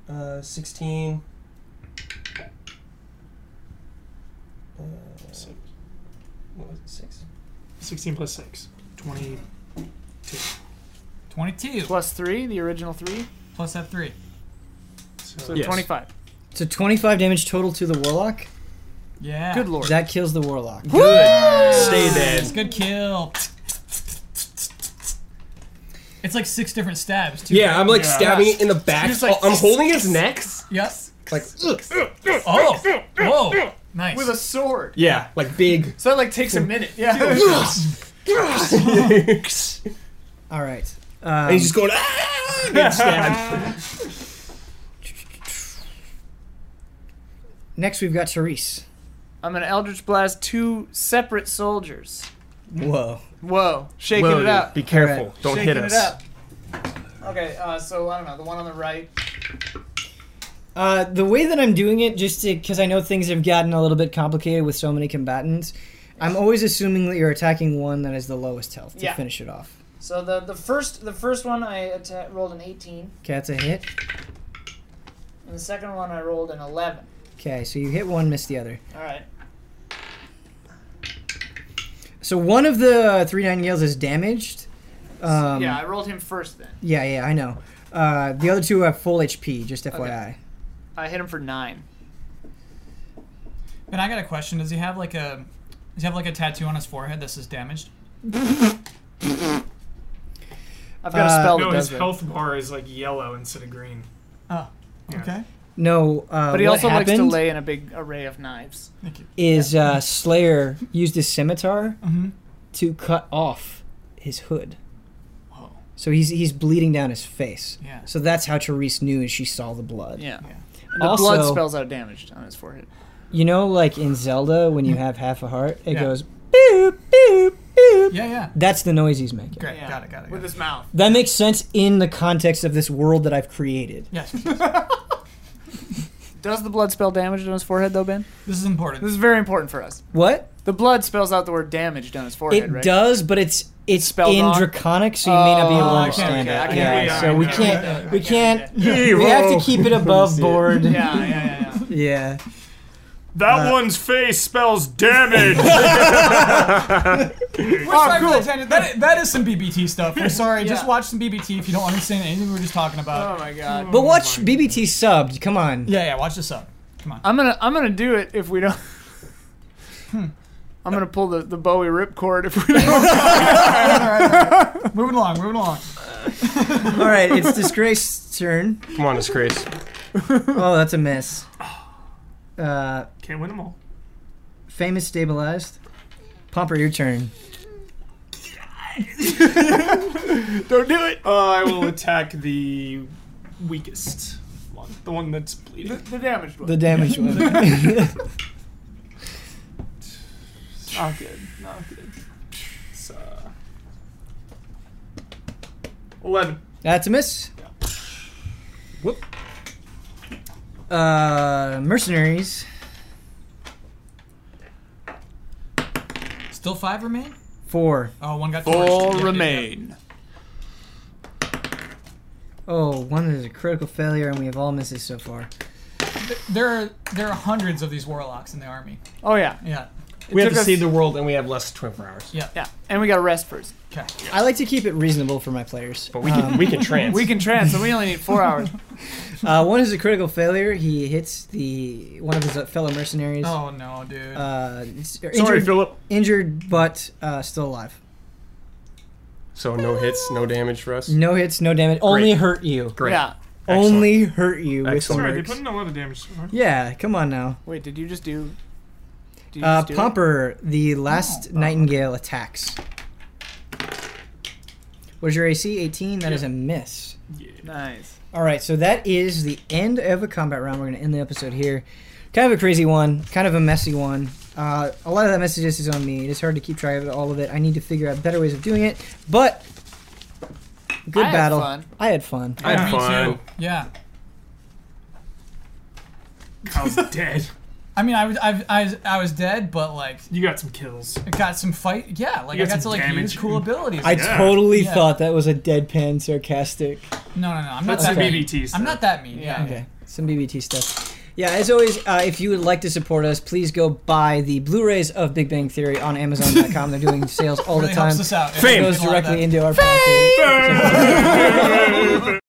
C: Uh, sixteen. Uh, what was it? Six.
E: 16 plus 6. 20.
B: 22
D: Plus 3, the original 3.
B: plus that 3.
D: So
C: Yes.
D: 25.
A: So 25 damage total to the warlock.
B: Yeah.
D: Good lord.
A: That kills the warlock.
C: Stay
B: It's
C: dead.
B: good kill. It's like six different stabs. Too.
F: Yeah, I'm like
E: Yeah.
F: stabbing it in the back.
D: Just like-
F: Oh, I'm holding his neck.
B: Yes.
F: Like, ugh.
B: Oh. Whoa. Nice.
D: With a sword.
F: yeah, like big.
D: So that like takes a minute. Yeah.
A: All right.
F: And
A: Um,
F: he's just going, ah! Getting stabbed.
A: next, we've got Therese.
D: I'm gonna Eldritch Blast two separate soldiers.
A: Whoa.
D: Whoa. Shaking it up.
C: Be careful. Don't
D: Shaking
C: hit us.
D: it up. Okay, uh, so I don't know. The one on the right.
A: Uh, the way that I'm doing it, just because I know things have gotten a little bit complicated with so many combatants, I'm always assuming that you're attacking one that has the lowest health to
D: Yeah.
A: finish it off.
G: So the the first the first one I atta- rolled an 18,
A: Okay, that's a hit.
G: and the second one I rolled an 11.
A: Okay, so you hit one, miss the other.
G: All right.
A: So one of the three nightingales is damaged. Um,
D: yeah, I rolled him first. Then
A: yeah, yeah, I know. Uh, the other two have full HP, just FYI.
D: I hit him for nine.
B: And I got a question. Does he have like a does he have like a tattoo on his forehead that says damaged?
D: I've got
A: Uh,
D: a spell
E: No,
D: that
E: his
D: does it.
E: health bar is like yellow instead of green.
B: Oh. Okay.
A: No, uh,
D: But he
A: what
D: also likes to
A: happened
D: lay in a big array of knives.
B: Thank you.
A: is uh, Slayer used his scimitar
B: Mhm.
A: to cut off his hood.
B: Whoa.
A: So he's he's bleeding down his face.
B: Yeah.
A: So that's how Therese knew is she saw the blood.
D: Yeah.
B: Yeah.
D: And the
A: Also-
D: blood spells out damaged on his forehead.
A: You know, like in Zelda, when you have half a heart, it
B: Yeah.
A: goes boop boop boop.
B: Yeah, yeah.
A: That's the noise he's making.
B: Great. Got it. Got it. Got
D: With
B: it.
D: his mouth.
A: That makes sense in the context of this world that I've created.
B: Yes.
D: Does the blood spell damaged on his forehead though, Ben?
B: This is important.
D: This is very important for us.
A: What?
D: The blood spells out the word damaged on his forehead,
A: it
D: right?
A: does, but it's it's
D: Spelled
A: in
D: wrong?
A: Draconic, so you may not be able to
D: Oh,
A: understand
D: okay,
A: it.
D: okay, I
A: yeah,
D: can't
E: read
A: so
E: it.
A: we
E: Yeah,
A: can't we can't we
C: Evil.
A: have to keep it above
F: see it.
A: board.
D: Yeah, yeah, yeah. yeah.
A: yeah.
D: Uh,
E: That one's face spells damage.
B: We're sorry for the tangent. That is, that is some BBT stuff. We're sorry. Just watch some BBT if you don't understand anything we were just talking about.
D: Oh my god.
A: But watch BBT subbed. Come on.
B: Yeah, yeah. Watch this up.
D: I'm gonna I'm gonna do it if we don't. Hmm. I'm gonna pull the, the Bowie ripcord if we don't.
B: Moving along. Moving along.
A: All right, it's Disgrace's turn.
C: Come on, disgrace.
A: Oh, that's a miss. Uh,
E: Can't win them all.
A: Fame is stabilized. Pomper, your turn.
D: don't do it.
E: Uh, I will attack the weakest one, the one that's bleeding.
D: The damaged one.
A: The damage one.
E: Not good. Not good. It's, uh, Eleven.
A: that's a miss.
C: Whoop.
A: Uh, mercenaries.
B: Still five remain.
A: Four.
B: Oh, one got torched.
D: Four
B: Yep, yep, yep.
D: remain.
A: Oh, one is a critical failure, and we have all misses so far.
B: There are there are hundreds of these warlocks in the army.
D: Oh yeah,
B: Yeah.
C: We have
D: took
C: to
D: us-
C: save the world, and we have less than 24 hours.
D: yeah. And we gotta rest first.
B: Okay.
A: I like to keep it reasonable for my players.
C: But we can we can trance.
D: We can trance, and we only need four hours.
A: Uh, one is a critical failure. He hits the one of his fellow mercenaries.
B: Oh no, dude.
A: Uh, it's- or
C: Sorry,
A: injured,
C: Philip.
A: injured, but uh, still alive.
C: So no hits, no damage for us.
A: No hits, no damage. Only hurt you.
C: Great.
D: Yeah.
C: Excellent.
A: Only hurt you with some
C: Excellent.
E: Sorry, they
A: words.
E: put in a lot of damage. so far.
A: Yeah, come on now.
D: Wait, did you just do? Did you
A: Uh,
D: just do it?
A: Pomper, the last Nightingale attacks. Was your AC 18? That is a miss.
D: Nice.
A: All right, so that is the end of a combat round. We're going to end the episode here. Kind of a crazy one, kind of a messy one. Uh, a lot of that messages is on me. It is hard to keep track of all of it. I need to figure out better ways of doing it. But good
D: I had
A: battle.
D: fun.
A: I had fun.
C: I had
B: Me
C: fun.
B: too. Yeah.
E: I was dead.
B: I mean, I was I, I, I was dead, but like
E: You got some kills.
B: got some fight. Yeah, like
E: You
B: I
E: got
B: got to
E: some
B: like
E: damage.
B: use cool abilities.
A: I
E: Yeah.
A: totally
B: Yeah.
A: thought that was a deadpan, sarcastic.
B: no, no, no. I'm not
E: That's
B: that
E: the
A: Okay.
B: mean.
E: BBT stuff.
B: I'm not that mean.
D: Yeah.
B: Yeah.
A: Okay, some BBT stuff. Yeah, as always, uh, if you would like to support us, please go buy the Blu-rays of Big Bang Theory on Amazon.com. They're doing sales all
B: Really
A: the time.
B: helps us out.
A: It
C: Fame.
A: goes
B: There's a lot of
A: directly
B: that.
A: into our pocket.